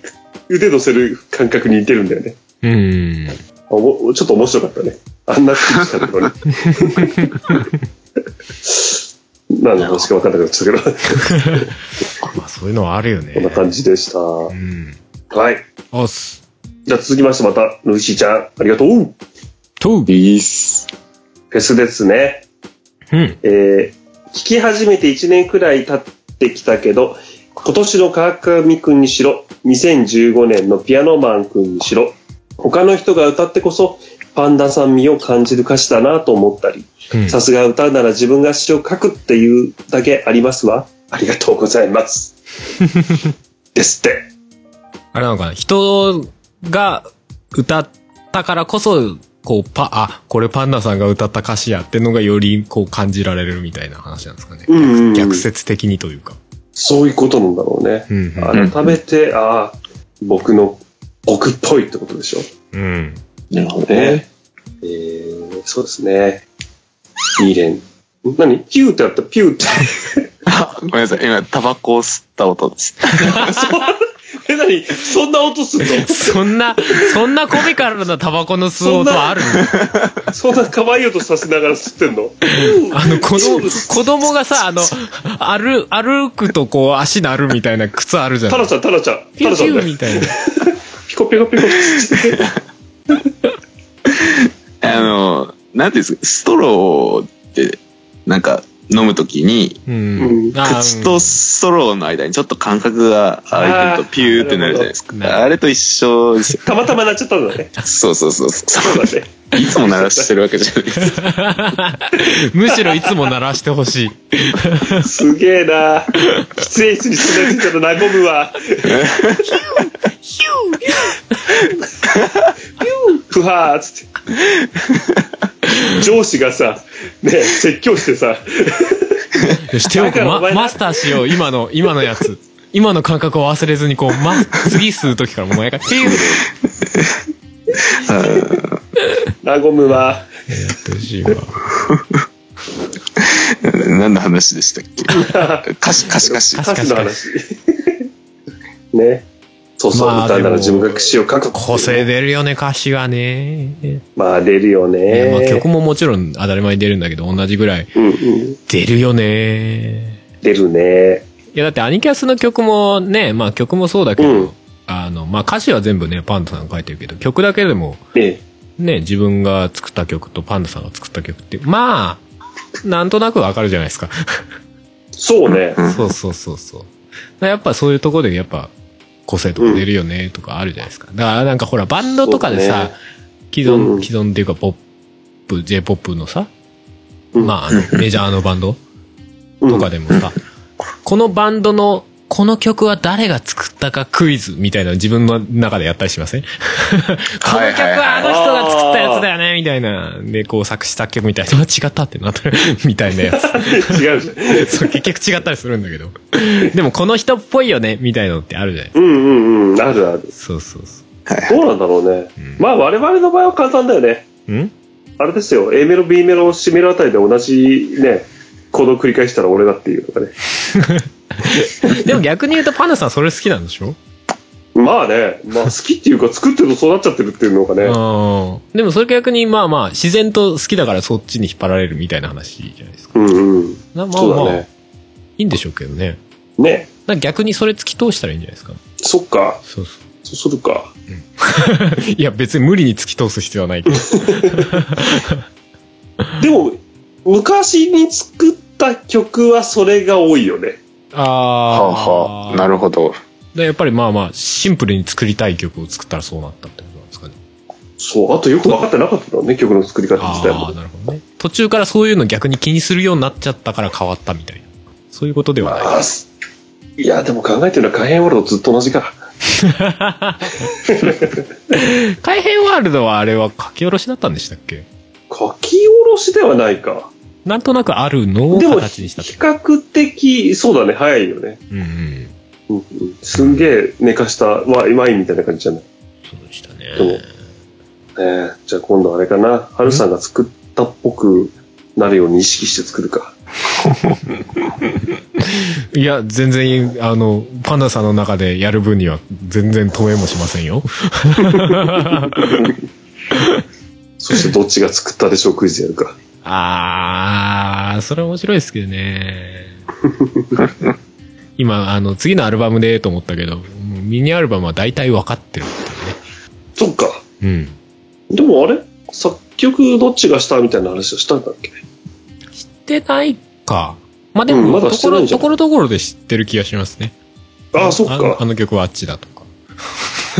腕乗せる感覚に似てるんだよね。うん。おもちょっと面白かったね。あんな作ったとこ ろに。何の話か分かんなくなっちゃったけど、まあそういうのはあるよね。こんな感じでした。はうん。い。おっす。じゃあ続きましてまた、ぬいしーちゃん、ありがとうとう。いいっす。フェスですね。うん。えー聞き始めて1年くらい経ってきたけど、今年の川上くんにしろ、2015年のピアノマンくんにしろ、他の人が歌ってこそ、パンダさん味を感じる歌詞だなと思ったり、うんさすが歌うなら自分が詩を書くっていうだけありますわ。ありがとうござい ます。ですって。あれなのかな人が歌ったからこそ、こう、パ、あ、これパンダさんが歌った歌詞やってのがよりこう感じられるみたいな話なんですかね。うんうんうん逆説的にというか。そういうことなんだろうね。うんん改めて、ああ、僕の僕っぽいってことでしょ。うん。うん。なるほどね。えー、そうですね。いい連。何ピューってやったピューって。 あ ごめんなさい。今、タバコを吸った音です。え、何そんな音 すんのそんな、そんなコミカルなタバコの吸うそん音なあるそんな可愛い音させながら吸ってんのうんあの、子供、子供がさ、あのそ、歩、歩くとこう足なるみたいな靴あるじゃん。タラちゃん、タラちゃん。ピタュラーちピゃんューだよ。みたいな。ピコピコピコ吸って。あの、なんていうんですか、ストローって、なんか、飲むときに、うん。うんあ口とストローの間にちょっと感覚が空いてるとあーピューってなるじゃないですなるほか。どあれと一 緒ですよ。たまたまなっちゃったんだね。そうそうそうそそうだね。う。いつも鳴らしてるわけじゃない です。むしろいつも鳴らしてほしい。すげえな喫煙室にそんなやついたら和むわ。ヒューヒューヒューふはーっつって。上司がさ、ね、説教してさ、よし、手をだからまお前なマスターしよう、今の、今のやつ。今の感覚を忘れずに、こう、ま、次吸うときからもう毎回、ピューで和むわ。やってほしいわ。何の話でしたっけ歌詞、歌詞、歌詞。歌詞の話。ね。そうそう、まあ歌なでらも自分が詩を書く。個性。出るよね、歌詞がね。まあ出るよいやまあね。曲ももちろん当たり前に出るんだけど、同じぐらいうんうん。出るよね。出るね。いや、だってアニキャスの曲もね、まあ曲もそうだけど、うんあの、まあ歌詞は全部ね、パンダさんが書いてるけど、曲だけでも、ねね、自分が作った曲とパンダさんが作った曲って、まあ、なんとなくわかるじゃないですか。そうね。そうそうそうそう。やっぱそういうところでやっぱ個性とか出るよねとかあるじゃないですか。だからなんかほらバンドとかでさ、既う存、ん既存っていうかポップ、J-POP のさ、うんまああの メジャーのバンドうんとかでもさ、このバンドのこの曲は誰が作ったかクイズみたいなの自分の中でやったりし ませんこの曲はあの人が作ったやつだよねみたいな。で、こう作詞作曲みたいな。あ違ったってなったみたいなやつ。 違うじゃ ん。そう、結局違ったりするんだけど。でもこの人っぽいよね、みたいなのってあるじゃないでうんうんうん。あるある。すか。そうそうそう。はい。どうなんだろうね。うんまあ我々の場合は簡単だよね。うんあれですよ、A メロ、B メロ、C メロあたりで同じね、行動を繰り返したら俺だっていうとかね。でも逆に言うとパンダさんそれ好きなんでしょまあね、まあ好きっていうか作ってるとそうなっちゃってるっていうのがね。うん。でもそれ逆にまあまあ自然と好きだからそっちに引っ張られるみたいな話じゃないですか。うんうん。なまあそうまだあ、いね。いんでしょうけどね。ね。なんか逆にそれ突き通したらいいんじゃないですか。そっか。そうそう。そうするか。いや別に無理に突き通す必要はないけど。でも、昔に作った曲はそれが多いよね。あはあ。あはあ。なるほど。でやっぱりまあまあ、シンプルに作りたい曲を作ったらそうなったってことなんですかね。そう、あとよく分かってなかったのね、曲の作り方自体ああ、も。なるほどね。途中からそういうの逆に気にするようになっちゃったから変わったみたいな。そういうことではない。ああ、すいや、でも考えてるのは、改変ワールドずっと同じか。改変ワールドはあれは書き下ろしだったんでしたっけ書き下ろしではないか。なんとなくあるのをでも、形に比したってこ較的、そうだね、早いよね。と。うんうん。うんうん、すんげえ寝かしたワイワインみたいな感じじゃない。そうでしたね。そうえー、じゃあ今度あれかな。ハルさんが作ったっぽくなるように意識して作るか。いや、全然、あの、パンダさんの中でやる分には全然止めもしませんよ。そしてどっちが作ったでしょうクイズやる か。あー、それ面白いですけどね。 今、あの、次のアルバムでと思ったけど、もうミニアルバムは大体分かってるってそっか。いうね。でもあれ作曲どっちがしたみたいな話をしたんだっけうん。知ってないか。まあ、でも、うんまだとしてこないろ、んじゃとないころどころで知ってる気がしますね。ああ、そっあのあか。の曲はあっちだとか。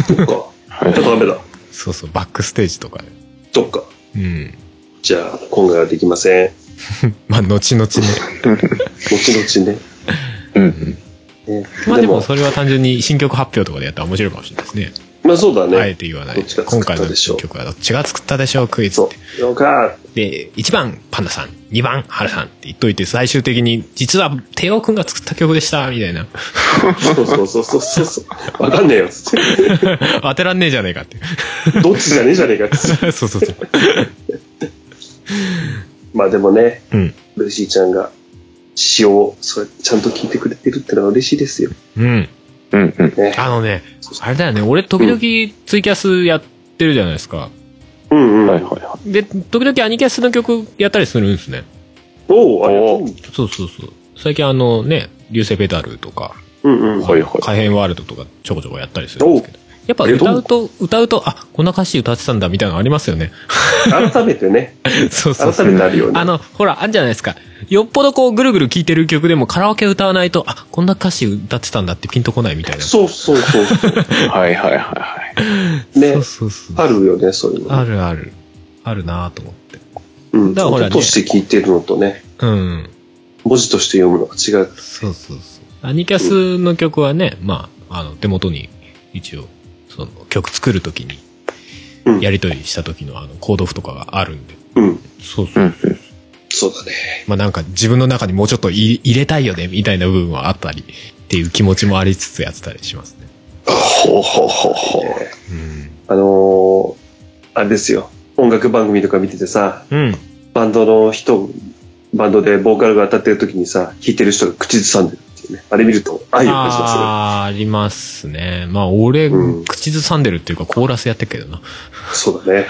そっか。じはいゃあダメだ。そうそう、バックステージとかで。そっか。うん。じゃあ今回はできません。まあ、後 々ね。後々ね。うんうん。ねまあ、ででもも、それは単純に新曲発表とかでやったら面白いかもしれないですね。まあそうだね。あえて言わないどっちが今作っ回たのでしょう曲はどっちが作ったでしょうクイズってそ。う。よか。で、1番、パンダさん、2番、ハルさんって言っといて、最終的に、実は、テオくんが作った曲でした、みたいな。 そうそうそうそうそうそう。わかんねえよ、つって。当てらんねえじゃねえかって。 どっちじゃねえじゃねえかっつって。そうそうそう。まあでもね、うん。ルーシーちゃんが詩をそれちゃんと聞いてくれてるってのは嬉しいですよ。うん。うんうん。ね、あのね、あれだよね、俺、時々、ツイキャスやってるじゃないですか。うんうん。はいはいはで、時々アニキャスの曲やったりするんですね。おお、ありがとおそうそうそう。最近あのね、流星ペダルとか、う。うんうん。はいはい改変ワールドとかちょこちょこやったりするんですけど。やっぱ歌うと、歌うと、あ、こんな歌詞歌ってたんだみたいなのありますよね。改めてね、 そうそうそう改めてあるよね。あの、ほら、あんじゃないですか。よっぽどこう、ぐるぐる聴いてる曲でもカラオケ歌わないと、あ、こんな歌詞歌ってたんだってピンとこないみたいな。そうそうそうそう。い。はいはいはいはい。ねそう、そうそう。あるよね、そういうの。あるある。あるなぁと思って。うん。だからほらね音として聞いてるのとね、うん。文字として読むのが違う。そうそうそう。アニキャスの曲はね、まあ、あの、手元に、一応、その、曲作るときにうん、やりとりした時の、あの、コード譜とかがあるんで。うん。そうそうう。んうん。そうだね。まあなんか、自分の中にもうちょっと入入れたいよね、みたいな部分はあったり、っていう気持ちもありつつやってたりしますね。ほうほうほうほう。うん。あのー、あれですよ。音楽番組とか見ててさ、うん。バンドの人、バンドでボーカルが当たってる時にさ、弾いてる人が口ずさんでるっていうね。あれ見ると愛を感じますね。あーありますね。まあ、俺、うん口ずさんでるっていうか、コーラスやってるけどな。そうだね。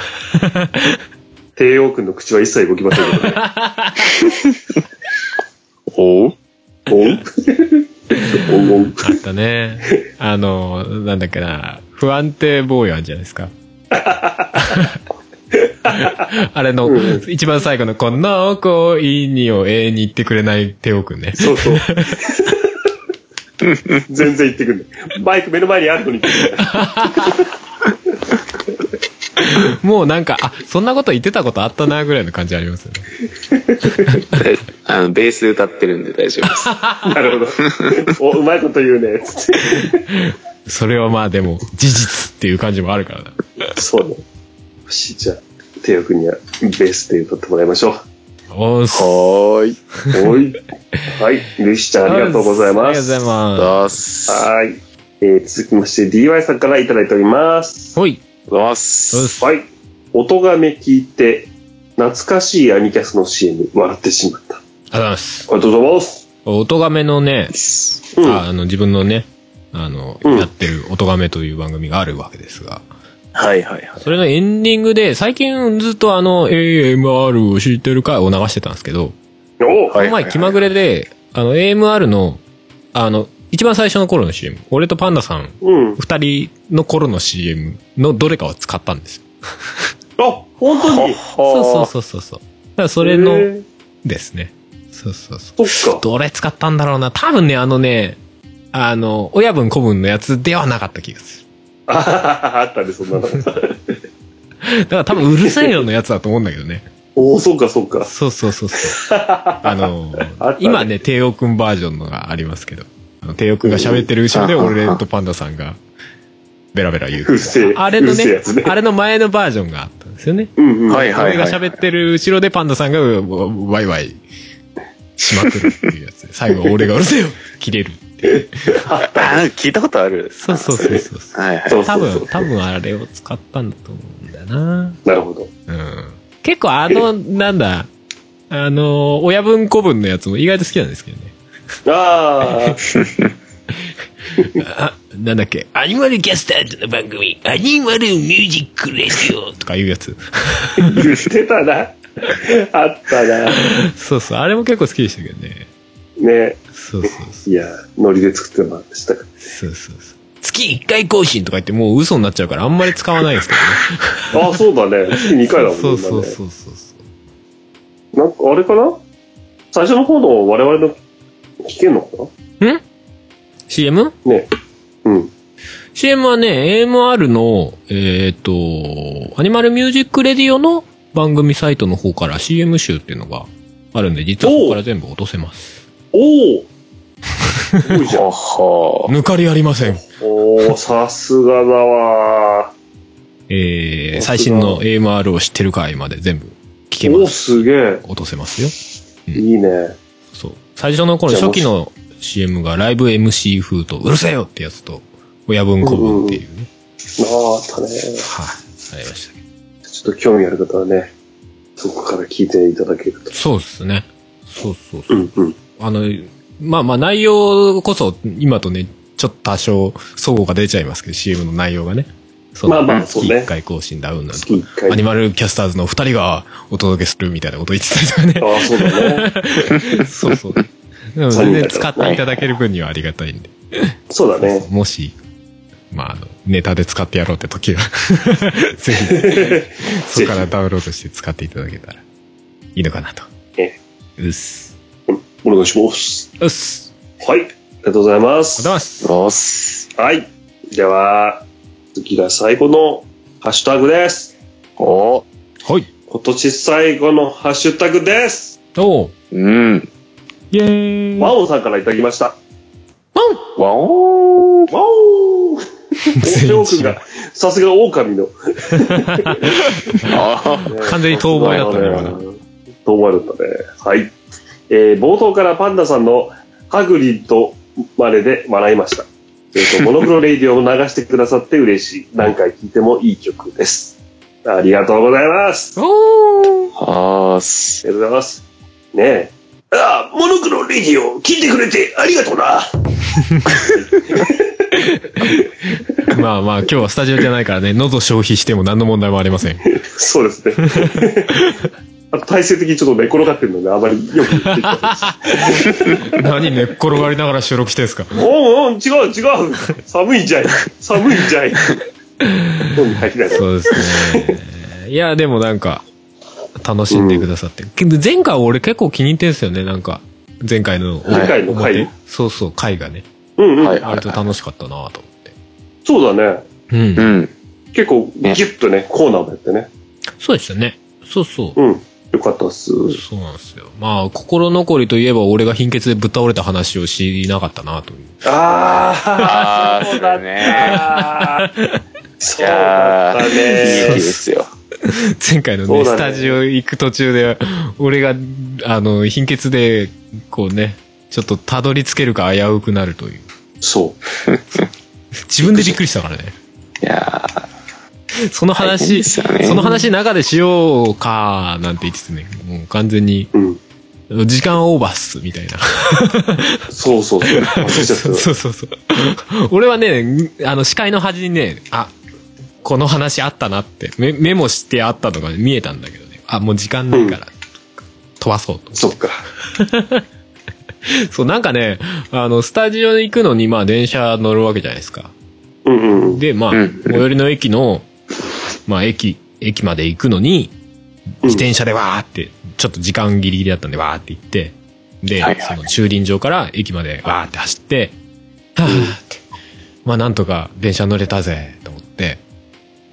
帝王君の口は一切動きませんけどね。おうおんおんおん。あったね。あの、なんだっけな、不安定ボーイあんじゃない ですか。あれの、うん一番最後の、この恋にを永遠に言ってくれないテオくんね。そうそう。 全然行ってくるね。バイク目の前にあるのに行ってくるね。もうなんか、あ、そんなこと言ってたことあったな、ぐらいの感じありますよね。えあの、ベースで歌ってるんで大丈夫です。なるほど。お、うまいこと言うね。つっそれはまあでも、事実っていう感じもあるからな。てそうね。よし、じゃあ、帝王君にはベースで歌ってもらいましょう。おーす。はーい。おい。はい。ルシちゃんありがとうございあます。りがとうございます。だっす。はい。えー続きまして DY さんからいただいております。ほい。ございます。うっすはい。音がめ聞いて、懐かしいアニキャスの CM、笑ってしまった。ありがとうございます。ありがとうございます。音がめのね、うん。ああの、自分のね、あの、うんやってる音がめという番組があるわけですが、はいはいはい。それのエンディングで、最近ずっとあの、AMR を知ってるかを流してたんですけど、おはこのい前気まぐれで、あの、AMR の、あの、一番最初の頃の CM、俺とパンダさん、うん。二人の頃の CM のどれかを使ったんですよ。あ、本当にそうそうそうそうそう。だからそれのへーですね。そうそうそう。そっか。どれ使ったんだろうな。多分ね、あのね、あの、親分子分のやつではなかった気がすあはははあったね、そ んなの。る。だから多分うるせえよのやつだと思うんだけどね。おお、そうか、そうか。そうそうそう そう。あの、あったね今ね、帝王くんバージョンのがありますけど、あの帝王くんが喋ってる後ろでうん俺とパンダさんがベラベラ言うう。るせえ。あれのうるせえねやつね。あれの前のバージョンがあったんですよね。うんうん。はいはいはい。俺が喋ってる後ろでパンダさんがワイワイしまくるっていうやつで。最後俺がうるせえよ切れるっていう。あなんか聞いたことある。そうそうそうそうそう。はいはい。そう多そうそ分、う。多分あれを使ったんだと思うんだよな。なるほど。うん。結構あの、なんだ、あの、親分子分のやつも意外と好きなんですけどね。ああ、なんだっけ、アニマルキャスターズの番組、アニマルミュージックレディオとかいうやつ。 あ、言ってたな。あったな。そうそう、あれも結構好きでしたけどね。ね。そうそうそう。いや、ノリで作ってましたから。そうそうそう。月1回更新とか言ってもう嘘になっちゃうからあんまり使わないです けどね。ああ、そうだね。月2回だもんね。そうそう今ねそうそうそう。なんか、あれかな最初の方の我々の聞けんのか CM? なね。うん。 CM はね、AMR の、えっ、と、アニマルミュージックレディオの番組サイトの方から CM 集っていうのがあるんで、実はおうここから全部落とせます。おおすごいじゃ ん。はは抜かりありません。おおさすがだわえー、さ最すが新の AMR を知ってる回まで全部聞けー。おまおす。すげえ。落とせますよ。いいね。そう。最初の頃、じゃあ初期の CM がライブ MC 風と、うるせえよってやつと、親分子分っていうね。ああったね。はい、ありましたけど。ちょっと興味ある方はね、そこから聞いていただけると。そうですね。そうそうそうう。んうん。あの、まあまあ内容こそ今とね、ちょっと多少、相互が出ちゃいますけど、CM の内容がね。そまあのまあ、そう月ね1。回更新ダウンなん月て。 1回。アニあマルキャスターズの2人がお届けするみたいなこと言ってたりとかね。あ、そ うだね。 そうそう。でも全然使っていただける分にはありがたいんで。そうだね。もし、まああの、ネタで使ってやろうって時は、 ぜ ひ、そこからダウンロードして使っていただけたらいいのかなと。えうっす。お願いします。うっす。はい。ありがとうございまおはようす。ございます。ロス。はい。では、次が最後のハッシュタグです。おはい。今年最後のハッシュタグです。おう。うん。イェーイ。ワオンさんからいただきました。わおーワオンお全ジ員違ョうー君が、さすが狼の。あ完全に遠吠えだったね今ね。遠吠えだったね。はい。えー冒頭からパンダさんのハグリッドまでで笑いました。え っ、と、モノクロレイディオを流してくださって嬉しい。何回聴いてもいい曲です。ありがとうございます。あおーあーす。りがとうございます。ねえ。ああ、モノクロレイディオ聞いてくれてありがとうな。 まあまあ、今日はスタジオじゃないからね、喉消費しても何の問題もありま せん。そうですね。あと体勢的にちょっと寝転がってるので、あまりよくできません何寝っ転がりながら収録してんすかおうんうん、違う違う。寒いんじゃい。寒いんじゃい。本に入りながら。そうですね。いや、でもなんか、楽しんでくださって。けど前回俺結構気に入ってんすよね、なんか。前回の表。前回の回そうそう、回がね。うんうん。はいはい割と楽しかったなと思って。そうだね。うんう。ん。結構ギュねッとね、コーナーもやってね。そうでしたね。そうそう。うん。よかったっす。そうなんですよ。まあ、心残りといえば俺が貧血でぶっ倒れた話をしなかったなという。ああー、あ、そそうだうね。った。そうだやっーたいい日ねで。すよ。前回のそねうだスねタジオ行く途中で、俺が、あの、貧血で、こうね、ちょっとたどり着けるか危うくなるという。そう。自分でびっくりしたからね。いやーその大変話、ですよねその話中でしようか、なんて言っててね。もう完全に、うん。時間オーバーっす、みたいな。そうそうそう。忘れちゃったそうそうそうそう。俺はね、あの、視界の端にね、あ、この話あったなって、メメモしてあったのが見えたんだけどね。あ、もう時間ないから、飛ばそうと。そっか。そう、なんかね、あの、スタジオに行くのに、まあ、電車乗るわけじゃないですか。うんうん。で、まあ、うん最寄りの駅の、まあ、駅、駅まで行くのに、うん自転車でわーって、ちょっと時間ギリギリだったんでわーって行って、で、はいはいその駐輪場から駅までわーって走って、はーって、まあなんとか電車乗れたぜ、と思って、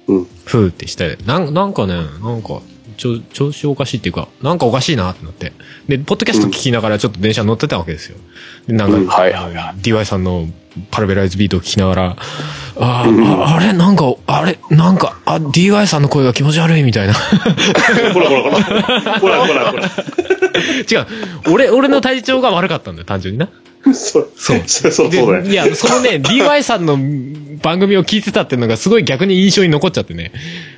うんふーってして、なんなんかね、なんか、ちょ調子おかしいっていうか、なんかおかしいなってなって。で、ポッドキャスト聞きながらちょっと電車乗ってたわけですよ。で、なんか、うんはいはいは DY さんのパラベライズビートを聞きながら、あうんーあ、あれなんか、あれなんか、あ、DY さんの声が気持ち悪いみたいな。ほらほらほら。ほらほらほら。違う、俺、俺の体調が悪かったんだよ、単純にな。そう。そうそうそうでそうだね。いや、そのね、DY さんの番組を聞いてたっていうのがすごい逆に印象に残っちゃってね。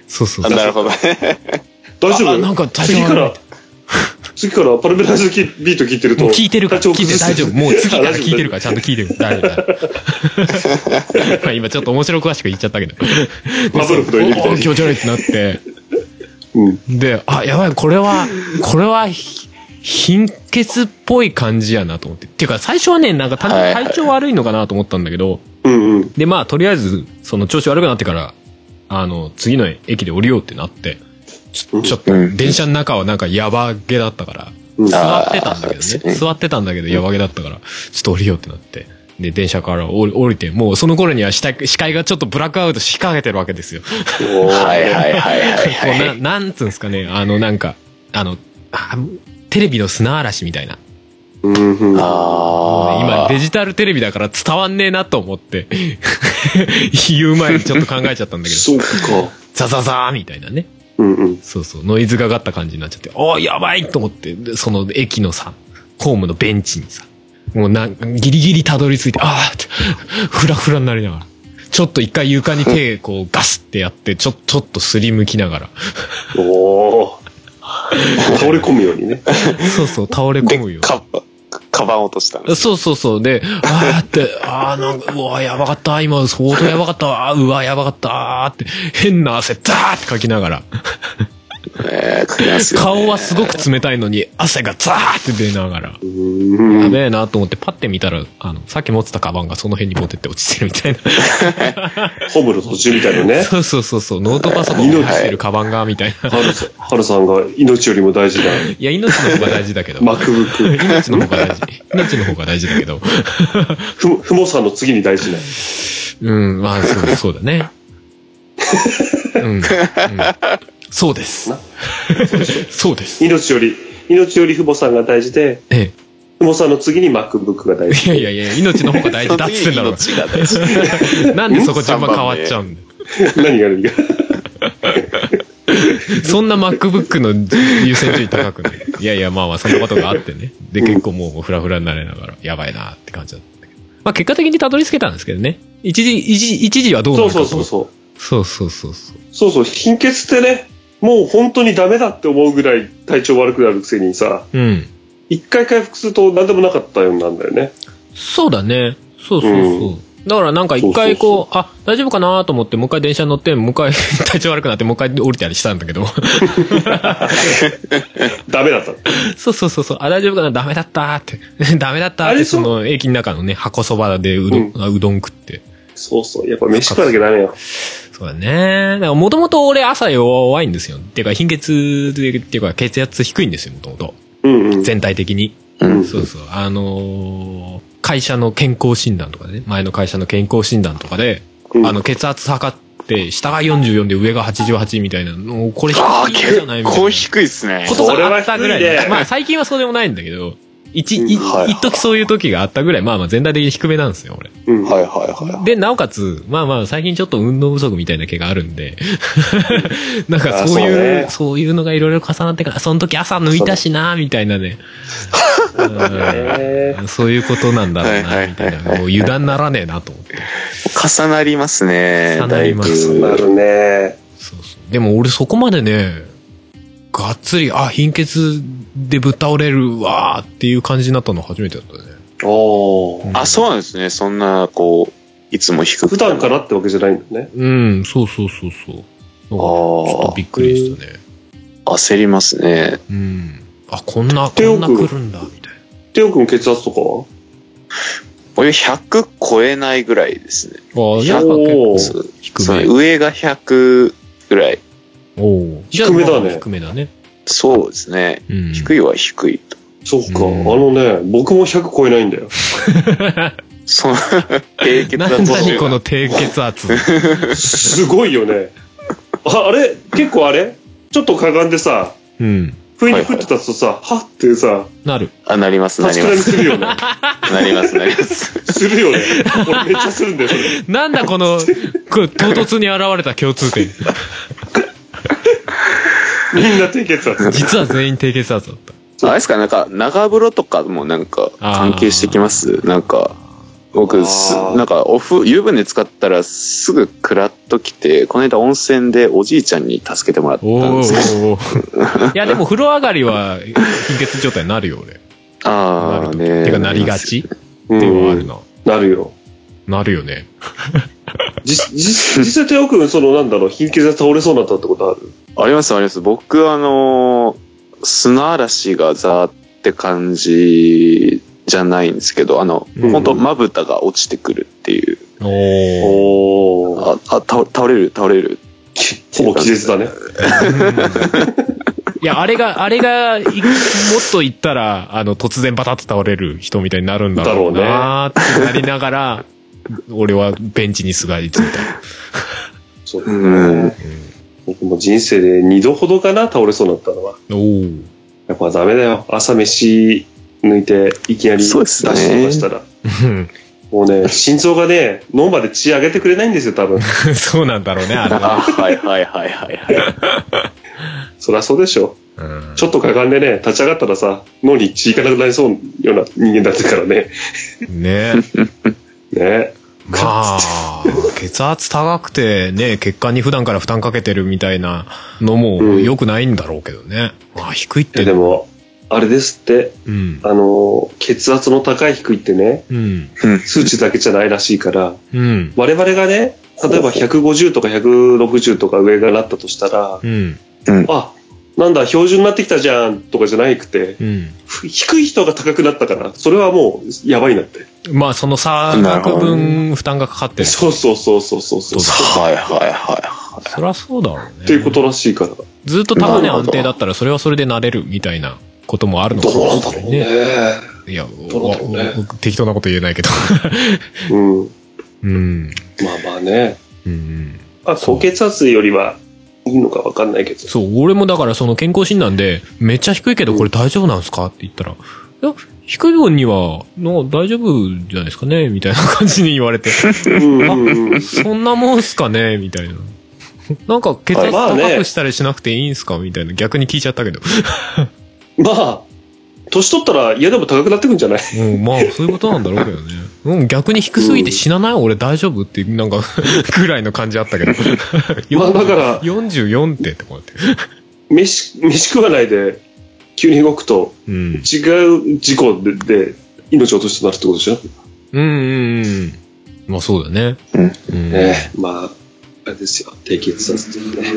そうそうあそう。なるほどね。大丈あ夫なんか体調悪次い から、次からパルベラジキビート聞いてると。もう聞いてるから、体調。聞いてる、大丈夫。もう次から聞いてるからら、ちゃんと聞いてる。大丈夫、大丈夫。まあ今ちょっと面白詳しく言っちゃったけど。マブロフの犬みたいにおお気持ち悪いってなって。うん。で、あ、やばい、これは、これは、ひ貧血っぽい感じやなと思って。っていうか、最初はね、なんか単純にはい体調悪いのかなと思ったんだけど、うんうん。で、まあ、とりあえず、その調子悪くなってから、あの、次の駅で降りようってなって、ちょちょっと、うん電車の中はなんかやばげだったから、うん座ってたんだけあーそうどね。ですね座ってたんだけど、やばげだったから、ちょっと降りようってなって。で、電車から降り降りて、もうその頃には下視界がちょっとブラックアウトしかけてるわけですよ。おーはいはいはいこうはいなは、い。なんつうんですかね、あの、なんか、あの、あテレビの砂嵐みたいな。うんうん。あー今デジタルテレビだから伝わんねえなと思って、言う前にちょっと考えちゃったんだけど、そうか。ザザザーみたいなね。うんうん。そうそう、ノイズがかった感じになっちゃって、おーやばいと思って、でその駅のさ、ホームのベンチにさ、もうなんギリギリたどり着いて、あーって、ふらふらになりながら。ちょっと一回床に手こうガスってやって、ちょ、ちょっとすりむきながら。 おお。倒れ込むよう にね。そうそう、倒れ込むで、よ。か、かばん落としたんです。そうそうそう。で、あーって、あーなんか、うわーやばかった、今、相当やばかったわ、あーうわーやばかった、あーって、変な汗、ザーってかきながら、 えー、かけますよね顔はすごく冷たいのに、汗がザーって出ながら、うんやべえなと思って、パッて見たら、あの、さっき持ってたカバンがその辺に持ってって落ちてるみたいな。ホームの途中みたいなね。そうそうそうそう、ノートパソコンに落ちてるカバンが、みたいな。ハルさん、ハルさんが命よりも 大事だ。いや、命の方が大事だけど。 MacBook。命の方が大事。命の方が大事だけど。ふ、ふもさんの次に大事な。うん、まあ、そうそうだね。うん、うん。そうです。そうです。命より、命よりふもさんが大事で、えふもさんの次に MacBook が え。い大や事。いやいや、命の方が大事だっつってんだろその次に命が大事。なんでそこ順番変わっちゃうんだよ。何が何が。そんな MacBook の優先順位高くない。いやいや、まあまあ、そんなことがあってね。で、結構もうフラフラになれながら、やばいなって感じだったんだけど。まあ、結果的にたどり着けたんですけどね。一時、一時、一時はどうなそるうかそとうそうそう。そうそうそうそう。そうそう、貧血ってね、もう本当にダメだって思うぐらい体調悪くなるくせにさ、うん。一回回復すると何でもなかったようになるんだよね。そうだね。そうそうそう。うだからなんか一回こう、あ、大丈夫かなと思って、もう一回電車に乗って、もう一回 体調悪くなって、もう一回降りたりしたんだけど。 ダメだった。そうそうそうそう、あ、大丈夫かなダメだったーって。 ダメだったーっあて、れそそうの駅の中のね、箱そばでうどん、あうどん食って。そうそう、やっぱ飯食わなきゃダメよ。そうだね。だからもともと俺朝弱いんですよ。っていうか貧血で、っていうか血圧低いんですよ、もともと。うんうん。全体的に。うんそうそう。あのー会社の健康診断とかでね、前の会社の健康診断とかで、うんあの、血圧測って、下が44で上が88みたいなの、これ低ああ、いんじゃないみ結たいな構低いっすね。こと俺があはったぐらい低いねで。まあ、最近はそうでもないんだけど、一、いはい一時そういう時があったぐらい、まあまあ全体的に低めなんですよ、俺。うん。はいはいはで、なおかつ、まあまあ最近ちょっと運動不足みたいな毛があるんで、 なんかそういう、そあうそうねいうのがいろいろ重なってから、その時朝抜いたしな、みたいなね。ねうんそういうことなんだろうはいはな、いみたいな。はいはいもう油断ならねえなと思って。い。重なりますね。重なりますだいぶなるね。そうそう。でも俺そこまでね、がっつり、あ、貧血でぶっ倒れるわーっていう感じになったの初めてだったね。おーあ、そうなんですね。そんな、こう、いつも低く。普段からってわけじゃないんだね。うん、そうそうそうそう。なんかちょっとびっくりしたね。焦りますね。うん。あ、こんな、手こをんな来るんだ、みたいな。テオ君血圧とかは俺100超えないぐらいですね。ああ、いじゃやあ結構おそーう低そうめ。上が100ぐらい。おお。じゃあ低めだねまあ低めだね。そうですね。うん。低いは低いと。そうか、うんあのね、僕も100超えないんだよ。そ の、低血な圧何この低血圧。すごいよね。ああれ結構あれちょっとかがんでさ、うん。不意にふって立つとさ、はってさ、なる。あ、なります、な立ちりくまらみす。するよね。なります、なり ます。するよね。俺めっちゃするんだよ、それ。なんだこの、 これ唐突に現れた共通点。みんな低血圧。実は全員低血圧だった。あれですか、なんか、長風呂とかもなんか、関係してきますなんか、僕、すあーなんか、おふ、湯船使ったらすぐくらっときて、この間温泉でおじいちゃんに助けてもらったおーおんですよ。ーおーいや、でも風呂上がりは貧血状態になるよ、俺。ああ、なねるてか、なりがちってういうのはあるん、な。なるよ。なるよね。じ、じ、実際テオ君、その、なんだろう、貧血で倒れそうになったってことあるありますあります。僕あのー砂嵐がザーって感じじゃないんですけど、あの、うんほんとまぶたが落ちてくるっていう、おお。おー。あ、あ倒倒れる倒れる。きほぼ気絶だね。いや、あれが、あれが、いもっと言ったら、あの、突然バタッと倒れる人みたいになるんだろうなーってなりながら、俺はベンチにすがりついた。そう。うん僕も人生で2度ほどかな、倒れそうになったのは。おーやっぱダメだよ。朝飯抜いて、いきなり出しそうとでかすねしたら。もうね、心臓がね、脳まで血上げてくれないんですよ、多分。うん そうなんだろうね、あれは。あ、はいはいはいはいはい。そりゃそうでしょ。うんちょっとかがんでね、立ち上がったらさ、脳に血いかなくなりそうような人間だったからね。ねね。まあ、血圧高くてね、血管に普段から負担かけてるみたいなのもうん良くないんだろうけどね。まあ、低いっでて。でも、あれですって、うん。あの、血圧の高い低いってね、うん。数値だけじゃないらしいから、うん。我々がね、例えば150とか160とか上がなったとしたら、うん。あ、なんだ、標準になってきたじゃんとかじゃなくて、うん。ふ低い人が高くなったから、それはもう、やばいなって。まあ、その差額分負担がかかってる。そうそうそうそうそうそう。はいはいはそりゃそうだろうね。っていうことらしいから。ずっと高値なるほ安ど定だったら、それはそれで慣れるみたいなこともあるのかどもうなんだしれろなういね。いや、どうなんだろうねわわ適当なこと言えないけど。 うん。うん。まあまあね。うん。まあ、そう高血圧よりはいいのかわかんないけど。そう、俺もだからその健康診断で、めっちゃ低いけどこれ大丈夫なんですかって言ったら、いや、低い分には、の大丈夫じゃないですかねみたいな感じに言わ れて、うんうんうん。 そんなもんすかねみたいな。なんか血圧まあ高ねくしたりしなくていいんすかみたいな。逆に聞いちゃったけど。まあ、年取ったら嫌でも高くなってくんじゃないうん、まあ、そういうことなんだろうけどね。うん、逆に低すぎて死なない俺大丈夫って、なんか、 ぐらいの感じあったけど。 まあだから44点ってこうやって。飯、飯食わないで急に動くとうん。違う事故でで命を落としてなるってことでしょ、うんうんうん。まあそうだね。うんうんねえまあ、あれですよ。低血圧とね。う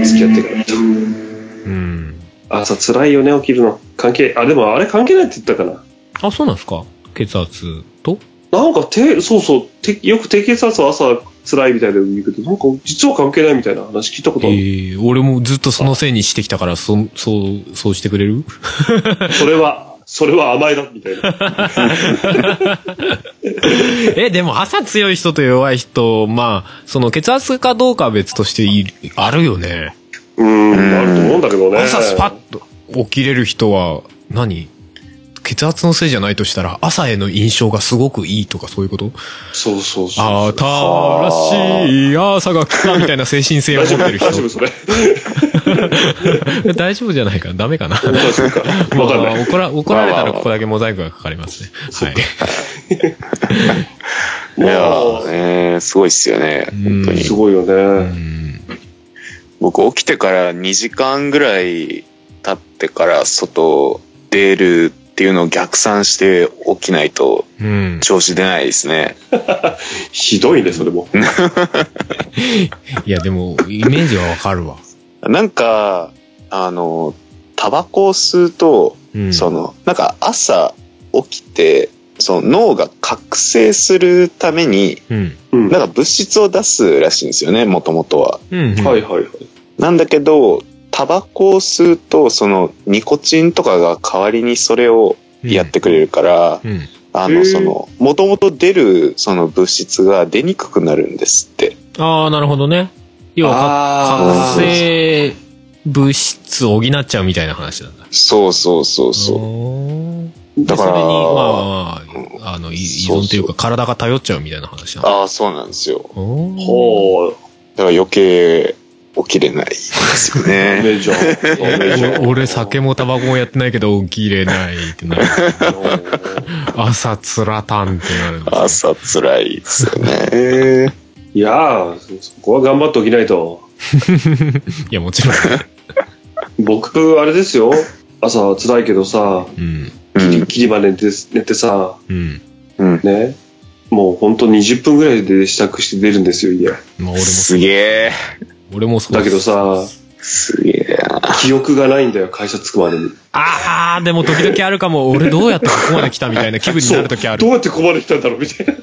ん付き合っていかないと。うん。朝辛いよね、起きるの。関係、あ、でもあれ関係ないって言ったかな。あ、そうなんですか血圧となんか、て、そうそう、てよく低血圧は朝辛いみたいで言うけど、なんか実は関係ないみたいな話聞いたことある。ええ俺もずっとそのせいにしてきたから、そ、そう、そうしてくれ るそれは、それは甘えだ、みたいな。え、でも朝強い人と弱い人、まあ、その血圧かどうかは別としているあるよね。うん、んあると思うんだけどね。朝スパッと起きれる人は何、血圧のせいじゃないとしたら、朝への印象がすごくいいとかそういうことそうそうそうそう。新しい朝が来たみたいな精神性を持大丈ってる夫人大。 丈夫それ。大丈夫じゃないかなダメかな大丈夫か。わかんまあない。怒ら怒られたまあらまあまあここだけモザイクがかかりますね。はい。いやもーね、すごいっすよね。うん本当う、に。すごいようね。ん僕起きてから2時間ぐらい経ってから外出るっていうのを逆算して起きないとうん。調子出ないですね。ひどいね、それも。いや、でも、イメージはわかるわ。なんか、あの、タバコを吸うと、うん。その、なんか朝起きて、その脳が覚醒するために、うん。うん。なんはか物質を出すらしいんですよね、もともとは。うん。いうん。はいはい。なんだけど、タバコを吸うと、その、ニコチンとかが代わりにそれをやってくれるから、うん。あへの、ーその、もともと出る、その物質が出にくくなるんですって。ああ、なるほどね。要は、あー覚醒物質を補っちゃうみたいな話なんだ。そうそうそうそう。うだからそれに、まあまあ、あの、い依そうそう存というか、体が頼っちゃうみたいな話なんだ。ああ、そうなんですよ。おーほう。だから余計起きれないですよね。メジャー。メジャーお俺酒もタバコもやってないけど起きれないってなる。朝つらたんってなるんですよ。 朝辛いですよね。いやー、そこは頑張っておきないと。いや、もちろん。僕、あれですよ。朝辛いけどさ、うん。うギリん。ギリまで寝て寝てさ、うん。うん。ね。もうほんと20分ぐらいで支度して出るんですよ、家。まあ、俺もすそう、げえ。俺もそう。だけど。さ、すげえな。記憶がないんだよ、会社着くまでに。ああ、でも時々あるかも。俺どうやってここまで来たみたいな気分になる時あどる。うやってここまで来たんだろう、みたいな。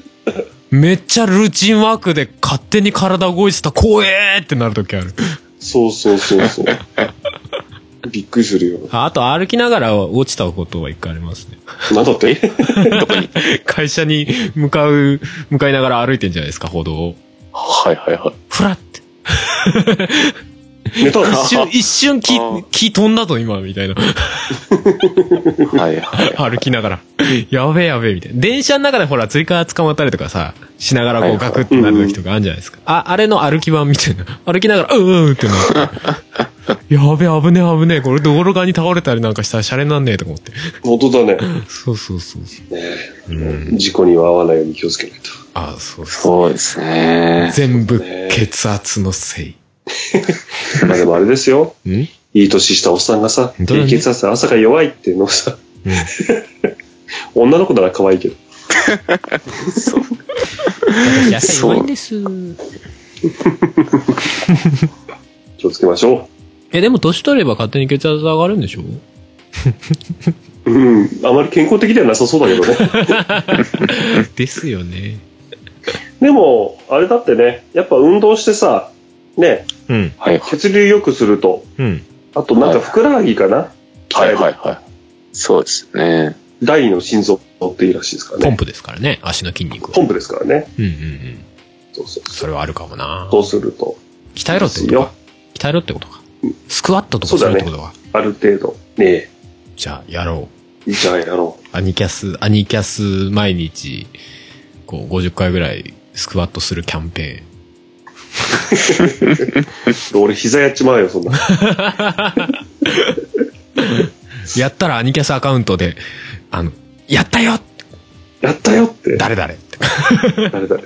めっちゃルーチンワークで勝手に体動いてた、怖えーってなる時ある。そうそうそうそう。びっくりするよ。ああと歩きながら落ちたことは一回あります ね。なんだって会社に向かう、向かいながら歩いてんじゃないですか、歩道を。はいはいはい。ふらって。寝たの一瞬、一瞬木あー、木飛んだぞ、今、みたいな。 はいはい。歩きながら。やべえやべえ、みたいな。電車の中でほら、追加捕まったりとかさ、しながらはいこうはいガクってなる時とかあるんじゃないですか。あ、あれの歩き版みたいな。歩きながら、うーんってな って。やべえ、危ねえ、危ねえ。これ道路側に倒れたりなんかしたらシャレになんねえとか思って。本当だね。そうそうそうそう。ねうん。事故には合わないように気をつけないと。あ、そうそう。 そうですね。全部ね血圧のせい。まあでもあれですよ。んいい年したおっさんがさ、本当だね低血圧で朝が弱いっていうのをさ、うん女の子なら可愛いけど。私野菜弱いんです。気をつけましょえ、でも年取れば勝手に血圧上がるんでしょう。うん。あまり健康的ではなさそうだけど ね。ですよね。でも、あれだってね、やっぱ運動してさ、ね、うん、はいはい血流良くすると、うん。あとなんかふくらはぎかな、はいはいはい。そうですね。第二の心臓っていいらしいですからポンね。プですからね、足の筋肉ポを。ンプですからね。うんうんうん。そうそうそそれはあるかもなう。そうすると、鍛えろってことか。鍛えろってことか。スクワットとかするってことか。ある程度、ねじゃあ、やろう。え、じゃあやろアニキャス、アニキャス毎日、こう、50回ぐらいスクワットするキャンペう。俺膝やっちまうよ、そんな。ーン。やったらアニキャスアカウントで、あの、やったよやったよ って。誰々って。誰誰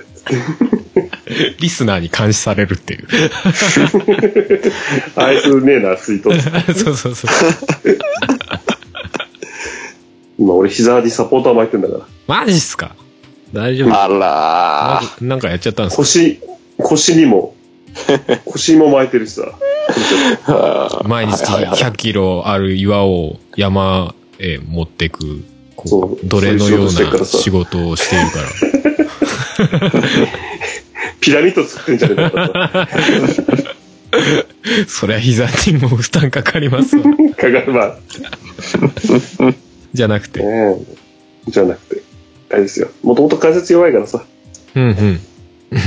リスナーに監視されるっていう。あいつねえな、ツイート。そうそうそう。今俺膝にサポーター巻いてんだから。マジっすか大丈夫あらー。なんかやっちゃったんですか腰、腰に も、腰も巻いてるしさ。毎日はいはいはい100キロある岩を山へ持ってく、こそうう、奴隷のようそういう仕事してるからなさ仕事をしているから。ピラミッド作るんじゃねえか とか。そりゃ膝にも負担かかりますわかがまあじゃなくて。ねえじゃなくて。あれですよ。もともと関節弱いからさ。うん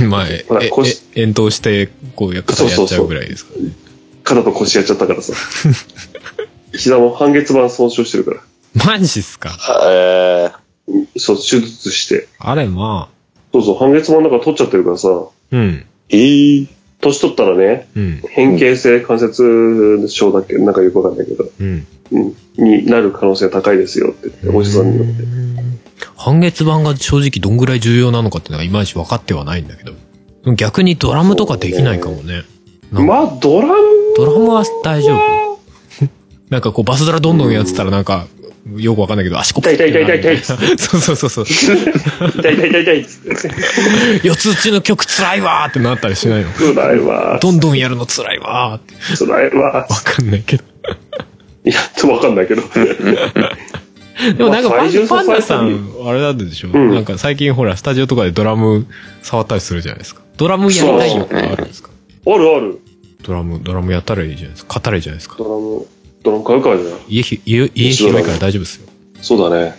うん。まあ、えほらえ腰え遠投して、こう、や肩やっちゃうぐらいですからね。 肩と腰やっちゃったからさ。膝も半月板損傷してるから。マジっすか。えそう、手術して。あれ、まそうそう、半月板なんか取っちゃってるからさ、あ、うん、ー、えー、年取ったらね、うん、変形性関節症だっけなんかよくわかんないけど、うん。になる可能性が高いですよって言って、おじさんに言って。うん半月板が正直どんぐらい重要なのかってのがいまいち分かってはないんだけど。逆にドラムとかできないかもね。なんかまあ、ドラムドラムは大丈夫。 なんかこうバスドラどんどんやってたらなんか、よくわかんないけど、足こ痛い痛い痛い痛い痛いっつっそうそうそうそう。て。痛い痛い痛い痛いっつって。四つ打ちの曲辛いわーってなったりしないの。辛いわどんどんやるの辛いわーって。ー。辛いわー。わかんないけど。いや、ちょっとわかんないけど。でもなんかまあパン最終パンダさ最ん、あれなんでしょ、うんなんか最近ほら、スタジオとかでドラム触ったりするじゃないですか。ドラムやりたいのかあるんですかあるある。ドラム、ドラムやったらいいじゃないですか。買ったらいいじゃないですかド。ラム、ドラム買うからじゃん。家ひ、家、家広いから大丈夫ですよ。そうだね。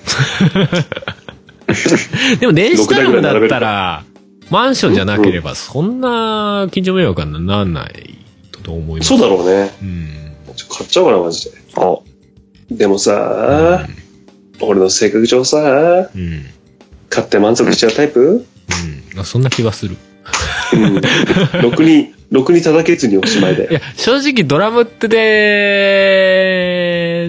でも電子ドラムだったら、マンションじゃなければ、そんな近所迷惑はならないと思います。そうだろうね。うん。ちょ買っちゃおうかな、マジで。お、でもさ、俺の性格上さ、うん。うん。買って満足しちゃうタイプうん。そんな気がする。うん。ろくに、ろくに叩けずにおしまいいで。や、正直ドラムって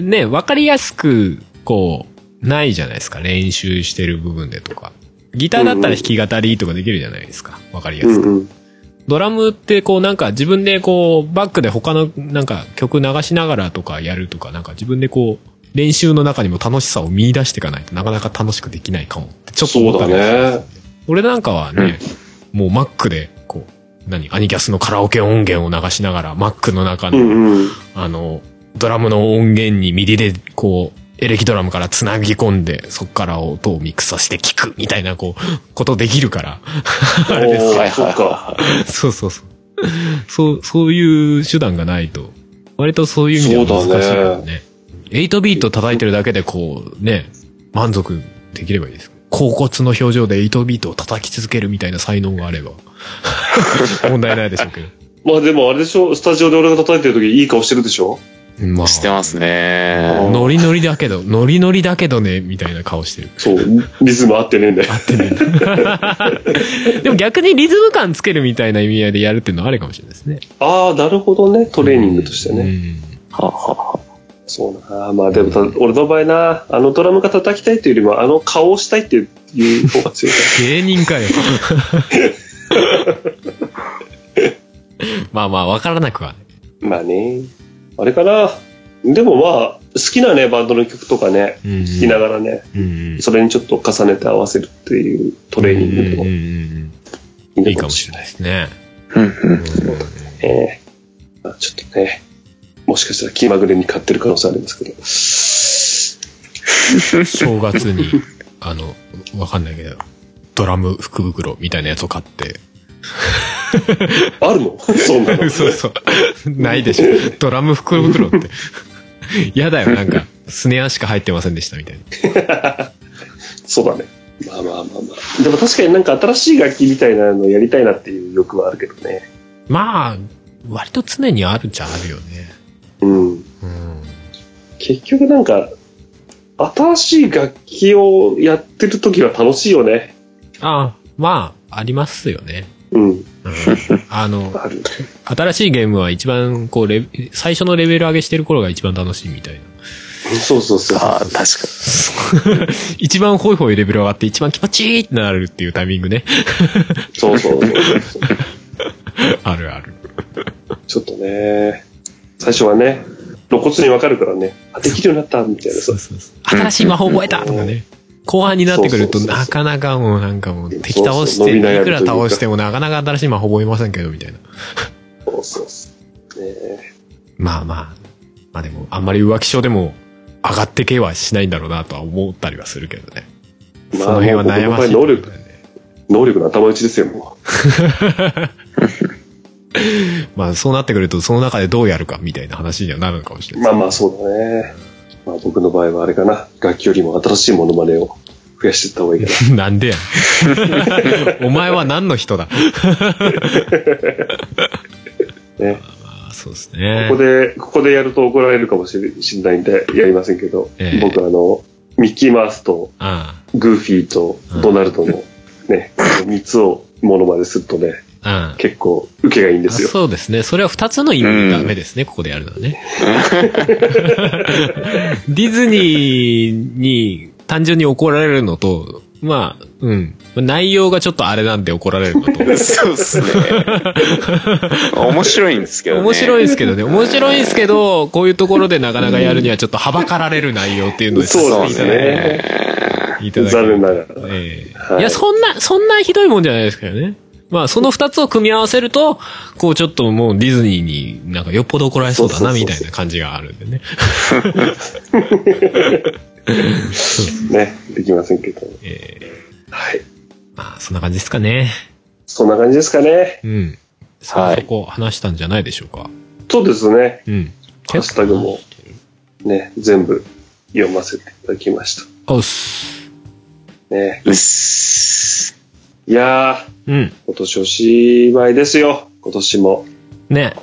で、ね、わかりやすく、こう、ないじゃないですか。練習してる部分でとか。ギターだったら弾き語りとかできるじゃないですか。わかりやうすんく。うん。ドラムってこうなんか自分でこう、バックで他のなんか曲流しながらとかやるとか、なんか自分でこう、練習の中にも楽しさを見出していかないとなかなか楽しくできないかもってちょっとそ思うっただんですよね。俺なんかはね、もう Mac で、こう、何アニキャスのカラオケ音源を流しながら、Mac の中うの、んうん。あの、ドラムの音源にミディで、こう、エレキドラムから繋ぎ込んで、そっから音をミックスさせて聞く、みたいな、こう、ことできるから。あれですはいはいそはっいか。そうそうそう。そう、そういう手段がないと、割とそういう意味では難しいからそうだね。8ビート叩いてるだけでこう、ね、満足できればいいです。甲骨の表情で8ビートを叩き続けるみたいな才能があれば、 問題ないでしょうけど。まあでもあれでしょ、スタジオで俺が叩いてる時いい顔してるでしょまあ、してますね。ノリノリだけど、ノリノリだけどね、みたいな顔してる。そう、リズム合ってねえんだよ。 でも逆にリズム感つけるみたいな意味合いでやるっていうのはあるかもしれないですね。ああ、なるほどね。トレーニングとしてね。うん。はははそうな。まあでもた、俺の場合な、あのドラムが叩きたいというよりも、あの顔をしたいっていういう方が強いか芸人かよ。まあまあ、わからなくはね。ら。 まあね。あれかな。でもまあ、好きなね、バンドの曲とかね、うんうん聴きながらね、うんそれにちょっと重ねて合わせるっていうトレーニングとかもンいいいいのかかももししれれなで。ないいすね。うんうん。ええまあちょっとね、もしかしたら気まぐれに買ってる可能性ありますけど。正月に、あの、わかんないけど、ドラム福袋みたいなやつを買って。あるの そうな の。そうそう。ないでしょ。ドラム福袋って。やだよ、なんか、スネアしか入ってませんでしたみたいな。そうだね。まあまあまあまあ。でも確かになんか新しい楽器みたいなのやりたいなっていう欲はあるけどね。まあ、割と常にあるっちゃあるよね。うん。うん。結局なんか、新しい楽器をやってる時は楽しいよね。ああ、まあ、ありますよね。うん。うん、あの、ある。新しいゲームは一番、こうレ、最初のレベル上げしてる頃が一番楽しいみたいな。そうそうそう。ああ、確かに。一番ホイホイレベル上がって一番気持ちいいってなるっていうタイミング ね。そうそうそう。あるある。ちょっとね、最初はね、露骨にわかるからね、あ、できるようになったみたいなさそう。そうそう。新しい魔法覚えたとかね。後半になってくるとそうそうそうなかなかもうなんかもう敵倒しそうそうて、伸いび悩むとくいうらか倒してもなかなか新しい魔法覚えませんけどみたいな。そうそうそう。ねえまあまあ。まあでも、あんまり浮気症でも上がってけはしないんだろうなとは思ったりはするけどね。そまあの辺は悩ましいところだよね、能力の頭打ちですよ、もまあそうなってくるとその中でどうやるかみたいな話にはなるのかもしれう。ない。まあまあ、そうだね。まあ僕の場合はあれかな、楽器よりも新しいモノマネを増やしていった方がいいかな。 なんでや ねんお前は何の人だね。ああ、そうですね。ここで、ここでやると怒られるかもしれしれないんで、やりませんけど、ええ僕あの、ミッキーマウスとあグーフィーとドナルドのね、3つをモノマネするとね、あ、ああ。結構受けがいいんですあよ。そうですね。それは二つの意味が目ですね、ここでやるのは ね。ディズニーに単純に怒られるのと、まあ、うん。内容がちょっとあれなんで怒られるの と。そうっ すね。面白いんですけどね。面白いい。ですけどね。面白いですけど、こういうところでなかなかやるにはちょっとはばかられる内容っていうのでさせそうでていすただいてね。いただき残念ながら。ええ、はいいや、そんな、そんなひどいもんじゃないですけどね。まあ、その二つを組み合わせると、こう、ちょっともうディズニーになんかよっぽど怒られそうだそうな、そうそうみたいな感じがあるんでね。ね、できませんけど。ええはい。まあ、そんな感じですかね。そんな感じですかね。うん。そはいそこ話したんじゃないでしょうか。そうですね。うん。ハッシュタグも結構話してる。ね、全部読ませていただきましおっす。た。ね。うっす。いやー、うん。今年おしまいですよ。今年も。ね。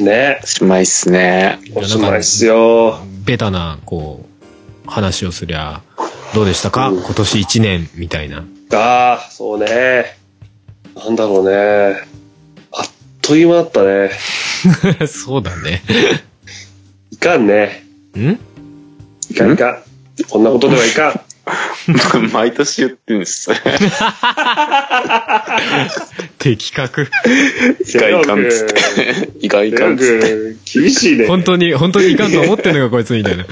ねお。しまいっすね。おしまいですよ。ベタな、こう、話をすりゃ、どうでしたか、うん今年一年、みたいな。 ああ、そうね。なんだろうね。あっという間だったね。そうだね。いかんね。んいかんいかん。こんなことではいかん。 毎年言ってるんです。的確。いかんいかんっつって。いかんいかんっつって。く厳しいね。本当に、本当にいかんと思ってんのか、こいつみたいな。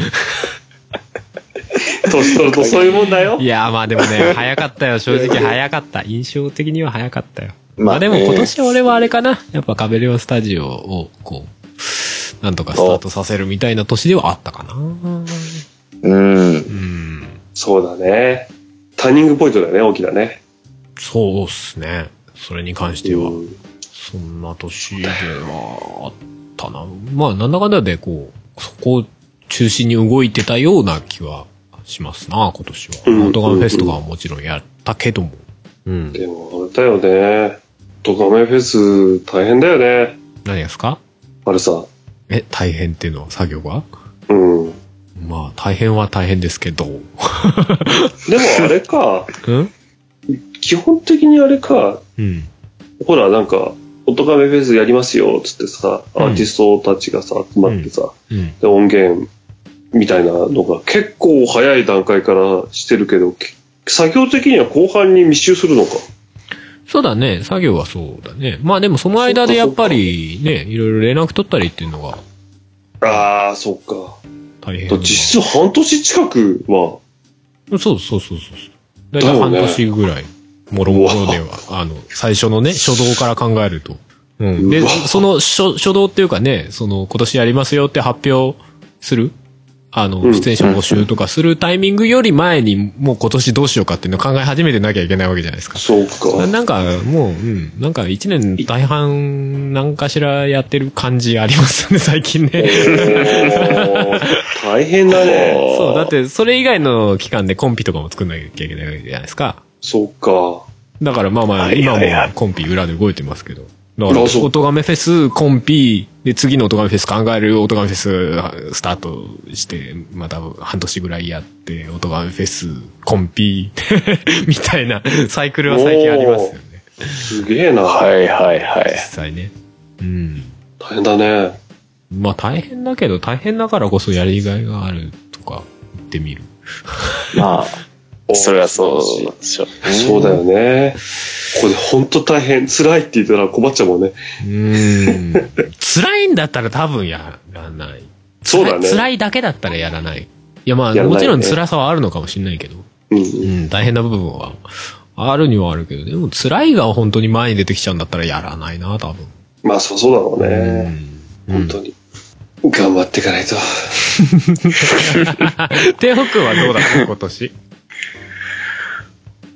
年取るとそういうもんだよい。やー、まあでもね、早かったよ。正直早かった。印象的には早かったよ。ままああでもね今年俺はあれかな。やっぱカベレオンスタジオを、こう、なんとかスタートさせるみたいな年ではあったかな。ううん。ん。そうだね。ターニングポイントだよね、大きなね。そうっすね。それに関しては。うんそんな年ではあったな。まあ、なんだかんだで、こう、そこを中心に動いてたような気はしますな、今年は。オうんートガンフェスとかはもちろんやったけども。うん。でも、あれだよね。ドカメフェス大変だよね。何ですかあれさ。え、大変っていうのは作業がうん。でもまあ、大変は大変ですけど。んあれか。うん基本的にあれか。うん。ほら、なんか、オトカメフェスやりますよ、つってさ、うんアーティストたちがさ、集まってさ、うん。で音源みたいなのが結構早い段階からしてるけど、け作業的には後半に密集するのか。そうだね。作業はそうだね。まあでもその間でやっぱりね、いろいろ連絡取ったりっていうのがああ、そっか。大変と。実質半年近くは、そうそうそうそうそう。だいたい半年ぐらい、もろもろでは、あの、最初のね、初動から考えると。うん。でうわ、その初、初動っていうかね、その、今年やりますよって発表する、あの、うん出演者募集とかするタイミングより前に、もう今年どうしようかっていうのを考え始めてなきゃいけないわけじゃないですか。そうかな。なんか、もう、うん、なんか一年大半、なんかしらやってる感じありますよね、最近ね。おー大変だね。そう、だって、それ以外の期間でコンピとかも作んなきゃいけないわけじゃないですか。そっか。だからまあまあ、はい今はいはいもコンピ裏で動いてますけど。だから、あそう音がめフェス、コンピ、で、次の音がめフェス考える、音がめフェス、スタートして、また半年ぐらいやって、音がめフェス、コンピ、 みたいなサイクルは最近ありますよね。すげえな。はいはいは実い。際ね。うん。大変だね。まあ大変だけど、大変だからこそやりがいがあるとか言ってみる。まおあ、それはそうでしょうね。そうだよね。これ本当大変。辛いって言ったら困っちゃうもんね。うーん。辛いんだったら多分やらない。そうだね。辛い辛いだけだったらやらない。いやまあ、やらないねもちろん辛さはあるのかもしれないけど、うんううん。ん、大変な部分はあるにはあるけど、でも辛いが本当に前に出てきちゃうんだったらやらないな、多分。まあ、そうそうだろうね。うん本当に。頑張っていかないと。テホ君はどうだった今年。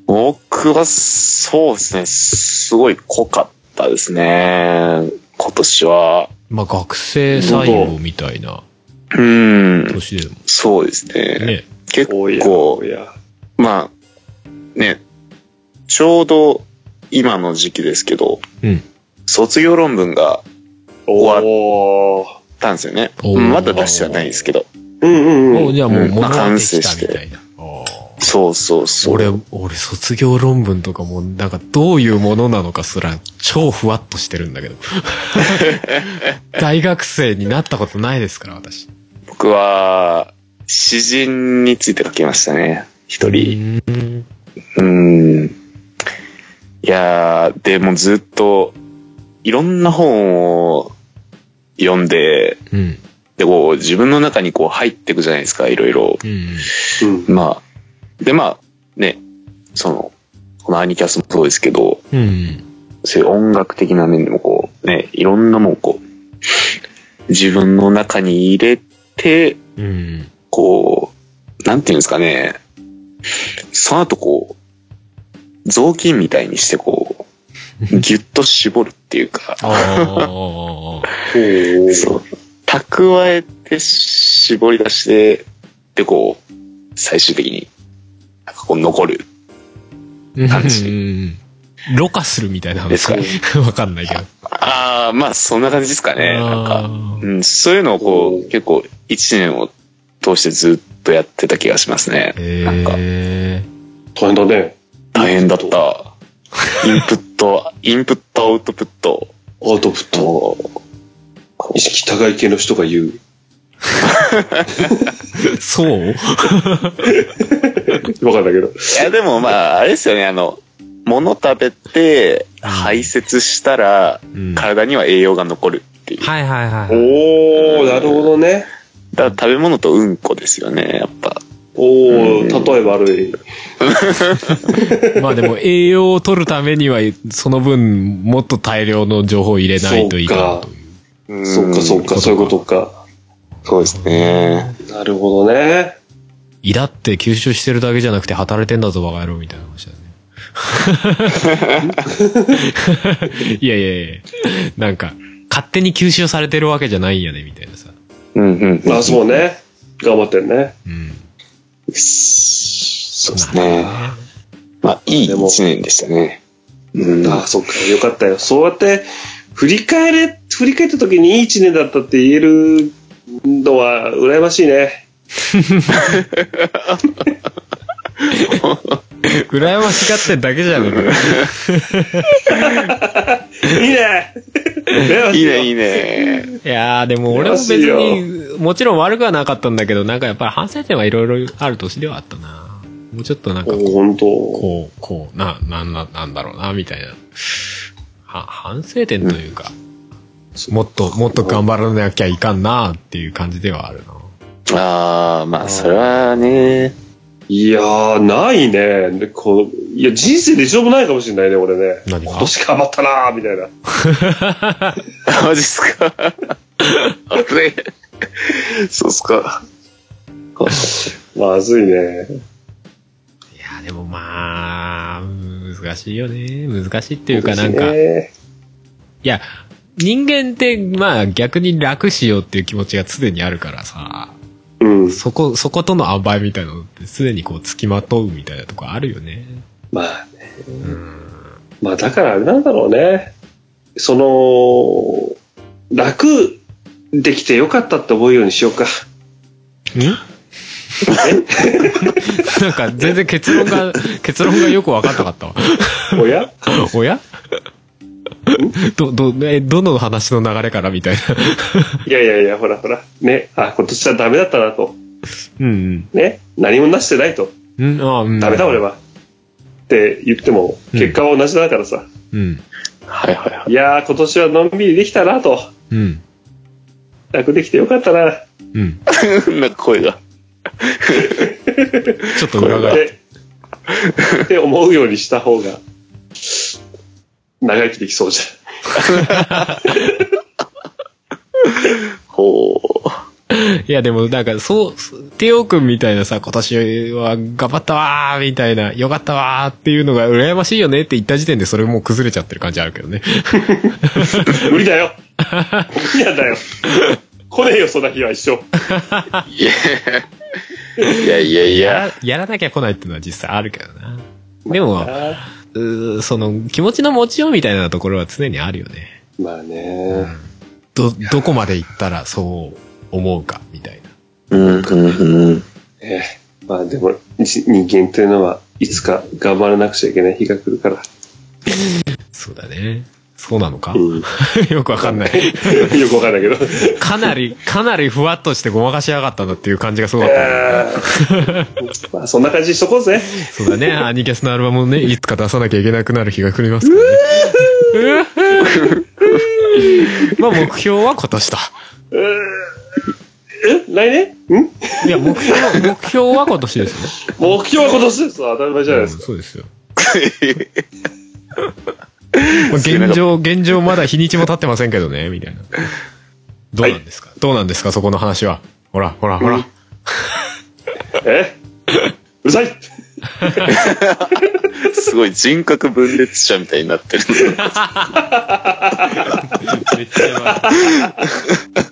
僕はそうですね、すごい濃かったですね。今年は。 まあ学生採用みたいなうん、年でもそうですね。ね。結おや構お、や。まあ、ね、ちょうど今の時期ですけど、うん。卒業論文が終おーったんですよね。おーうんまだ出してはないんですけど。うんうんおうん。じゃあもううんま物あはで完き成たしてみたいな。おーそうそうそう。俺、俺卒業論文とかもなんかどういうものなのかすら超ふわっとしてるんだけど。大学生になったことないですから、私。僕は、詩人について書きましたね。一人。うんうん。いやー、でもずっと、いろんな本を読んで、うん。で、こう、自分の中にこう入っていくじゃないですか、いろいろ。うん。うんまあ、で、まあ、ね、その、このアニキャスもそうですけど、うん。そういう音楽的な面でもこう、ね、いろんなもんこう、自分の中に入れて、うん。こう、なんていうんですかね、その後こう、雑巾みたいにしてこ う、ぎゅっと絞るっていうか、ああ。ほうそう、蓄えて絞り出して、でこう、最終的に、なんかこう残る。感じうん。ろ過するみたいなですかねわかんないけど。ああ、まあそんな感じですかね、なんか。あーうん、そういうのをこおう、結構一年を通してずっとやってた気がしますね。なんかへえ。大変だね。大変だった。インプット、インプット、アウトプット。アウトプット。意識高い系の人が言う。そうわかんないけど。いや、でもまあ、あれですよね、あの、物食べて排泄したらうんはい体には栄養が残るっていう。はいはい。おー、なるほどね。だから食べ物とうんこですよね、やっぱ。おうんー、例え悪い。まあでも栄養を取るためには、その分もっと大量の情報を入れないといいかなという。そっかそっか、そういうことか。そうですね。なるほどね。胃だって吸収してるだけじゃなくて働いてんだぞバカ野郎みたいな話だね。いやいやいやなんか、勝手に吸収されてるわけじゃないんやね、みたいなさ。うんうん。まあそうね。頑張ってるね。うん。そうですね。まあ、いいでも一年でしたね。うんああ、そっか。よかったよ。そうやって、振り返れ、振り返った時にいい一年だったって言えるのは、羨ましいね。羨ましがってるだけじゃん。いい ね羨ましいいよね、いいね。いやー、でも俺も別に、もちろん悪くはなかったんだけど、なんかやっぱり反省点はいろいろある年ではあったな。もうちょっとなんか、お本当。こう、こう、な、なんな、なんだろうな、みたいな。は、反省点というか、もっと、もっと頑張らなきゃいかんな、っていう感じではあるな。ああ、まあ、それはね。いやー、ないね。でこういや、人生で一度もないかもしれないね、俺ね。何が今年頑張ったなー、みたいな。マジっすか。あれそうっすか。まずいいね。やー、でもまあ、難しいよね。難しいっていうかなん今か、い年ねや、人間って、まあ逆に楽しようっていう気持ちが常にあるからさ、うん。そこ、そことの塩梅みたいなのって、すでにこう、付きまとうみたいなとこあるよね。まあ、うん。まあだからあれなんだろうね。その、楽できてよかったって思うようにしよう か。なんか、全然結論が、結論がよく分かんなかった わ。おやおやど、ど、え、どの話の流れからみたいな。いやいやいや、ほらほら。ね。あ、今年はダメだったなと。うんね。何もなしてないと。うん。うん、あうん。ダメだ俺は。って言っても、うん結果は同じだからさ。うん。はいはいはいやー、今年はのんびりできたなと。うん。楽できてよかったな。っうん。い。 なんか声が。ちょっと裏が。て、って思うようにした方が、長生きできそうじほう。いや、でも、なんか、そう、テオ君みたいなさ、今年は頑張ったわー、みたいな、よかったわーっていうのが羨ましいよねって言った時点でそれもう崩れちゃってる感じあるけどね。ゃん。 無理だよ。無理なんだよ。来ねえよ、そんな日は一生。いやいやいやや。ら やらなきゃ来ないっていうのは実際あるけどな。でも、あうーその気持ちの持ちようみたいなところは常にあるよね。ーまあね。ど、どこまで行ったらそう思うか、みたいな。うん、うん、うん。ええまあでも、じ人間というのはいつか頑張らなくちゃいけない日が来るから。 そうだね。そうなのか、うん よくわかんない。よくわかんないけ ど。かなり、かなりふわっとしてごまかしやがったなっていう感じがすごかったね。ええまあそんな感じにしとこうぜ。そうだね。アニキャスのアルバムをね、いつか出さなきゃいけなくなる日が来ます からね。まあ目標は今年だ。うーえ来年んいや、目標は、目標は今年ですね。目標は今年ですわ当たり前じゃないうんですか。そうですよ。 まあ現状、現状まだ日にちも経ってませんけどね、みたいな。どうなんですか、どうなんですかそこの話は。ほら、ほら、ほら。うんえうるさいすごい人格分裂者みたいになってる。めっちゃやばい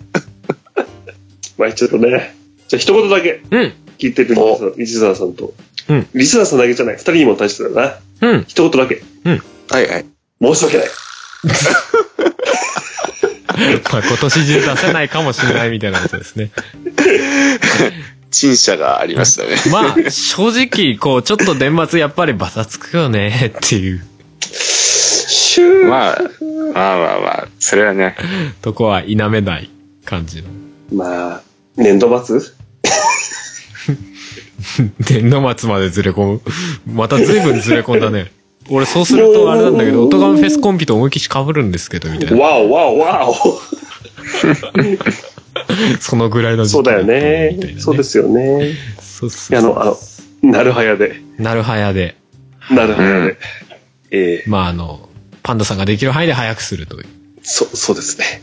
まあちょっとね。じゃあ一言だけうん。聞いてるリスナーリスナーさんと。うんリスナーさんだけじゃない。二人にも対してだな。 うん。一言だけ。はいはい。申し訳ない。まあ今年中出せないかもしれないみたいなことです ね。陳謝がありましたね。まあ、正直、こう、ちょっと年末やっぱりバタつくよね、っていうシューまあ、まあまあまあ、それはね。とこは否めない感じの。まあ、年度末年度末までずれ込む。また随分ずれ込んだね。俺そうするとあれなんだけど、オトガンフェスコンピと思いっきし被るんですけど、みたいな。わおわおわおそのぐらいの時期そうだよみたいなね。そうですよね。そうっすいやあの、あの、なるはやで。なるはやで。なるはやで。うんええまあ、あの、パンダさんができる範囲で早くするという。そ、そうですね。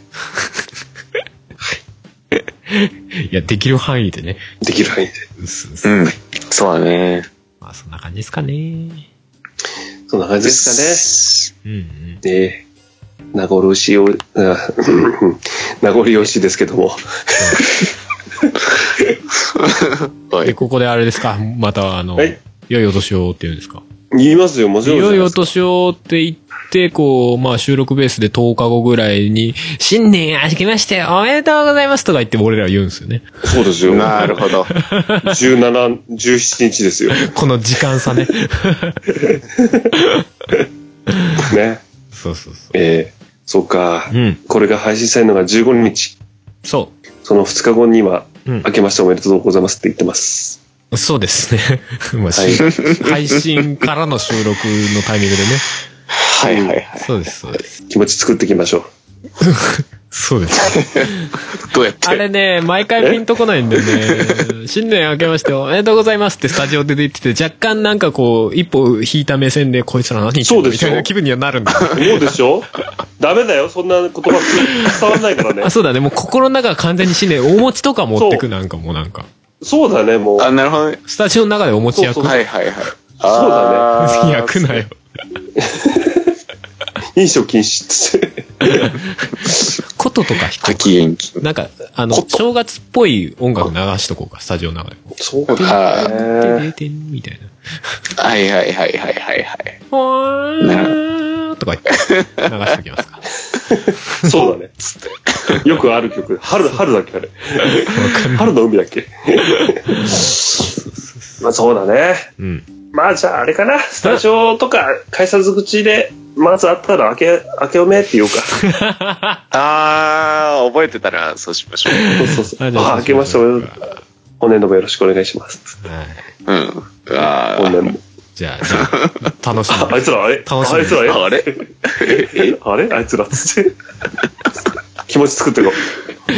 いや、できる範囲でね。できる範囲で。うっすうっすうん。そうだね。まあ、そんな感じですかね。そんな感じですかね。うんうん。で、名残惜しいお、あ 名残惜しいですけども。はで、い。ここであれですかまた、あの、はい良いお年をって言うんですか言いますよ、もちろんいじゃよいないでよすか。年をって言って、こう、まあ収録ベースで10日後ぐらいに、新年明けましておめでとうございますとか言って俺らは言うんですよね。そうですよ。なるほど。 17、17日ですよ。この時間差ね。ね。 そうそうそええそうかう。。うん。これが配信されるのが15日。そその2日後には、う。うん明。けましておめでとうございますって言ってます。そうですね。 まあ、し配信からの収録のタイミングでね。はいはいはい。そうです、そうです。気持ち作っていきましょう。そうです。どうやっあてれね、毎回ピンとこないんだよね。新年明けましておめでとうございますってスタジオで出てて、若干なんかこう、一歩引いた目線で、こいつら何言ってんそのうでみしょたいな気分にはなるんだよね思うでしょ ダメだよ、そんな言葉伝わんないからねあ、。そうだね。もう心の中は完全に新年、お餅とか持ってそくうなんかもうなんか。そうだね、もう。あ、なるほどね。スタジオの中でお餅焼く。そうはいはいはい。そうだあー焼くなよ。飲食禁止っつって。琴とか弾火く。気元気。なんか、あの、琴正月っぽい音楽流しとこうか、スタジオの中で。そうだてんてね。んてんみたいな。はいはいはいはいはいはい。ほーんとか言って、流しときますか。そうだね。よくある曲。春、春だっけあれ。春の海だっけ まあそうだね。うん。まあじゃああれかな。スタジオとか改札口で、まずあったら明け、明けおめって言おうか。あー、覚えてたらそうしましょそうそうそう。あじゃああ、明けましておめでとう。本年度もよろしくお願いします。はい。う。うん。あ本ー。年も。じゃあ、じゃあ、楽しああいつら、あれ楽しみあいつら、えあれえ あれあいつらっつって。気持ち作ってこみ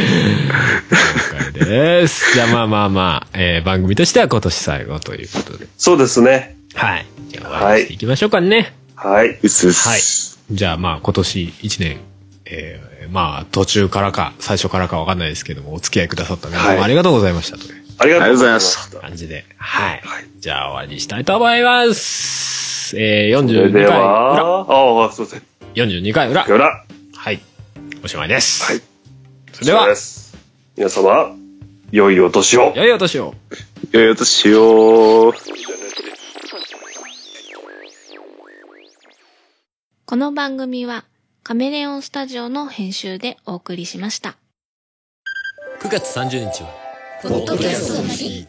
です。じゃあ、まあまあまあ、えー番組としては今年最後ということで。そうですね。はい。じゃあ、終わりにしていきましょうかね。はい。うっすうっす。はいじゃあまあ今年一年、えー、まあ途中からか最初からかわかんないですけども、お付き合いくださった皆はい様ありがとうございましたというありがとうございまあした。感じで、はい。じゃあ終わりにしたいと思います。えー、それ42で回裏、は、ああ、すいません。 42回裏、裏。ははい。おしまいです。い。それでは以上す皆様、良いお年を。良いお年を。よいよとしよう。この番組は、神カメレオンスタジオの編集でお送りしました。 9月30日は、ポッドキャストの日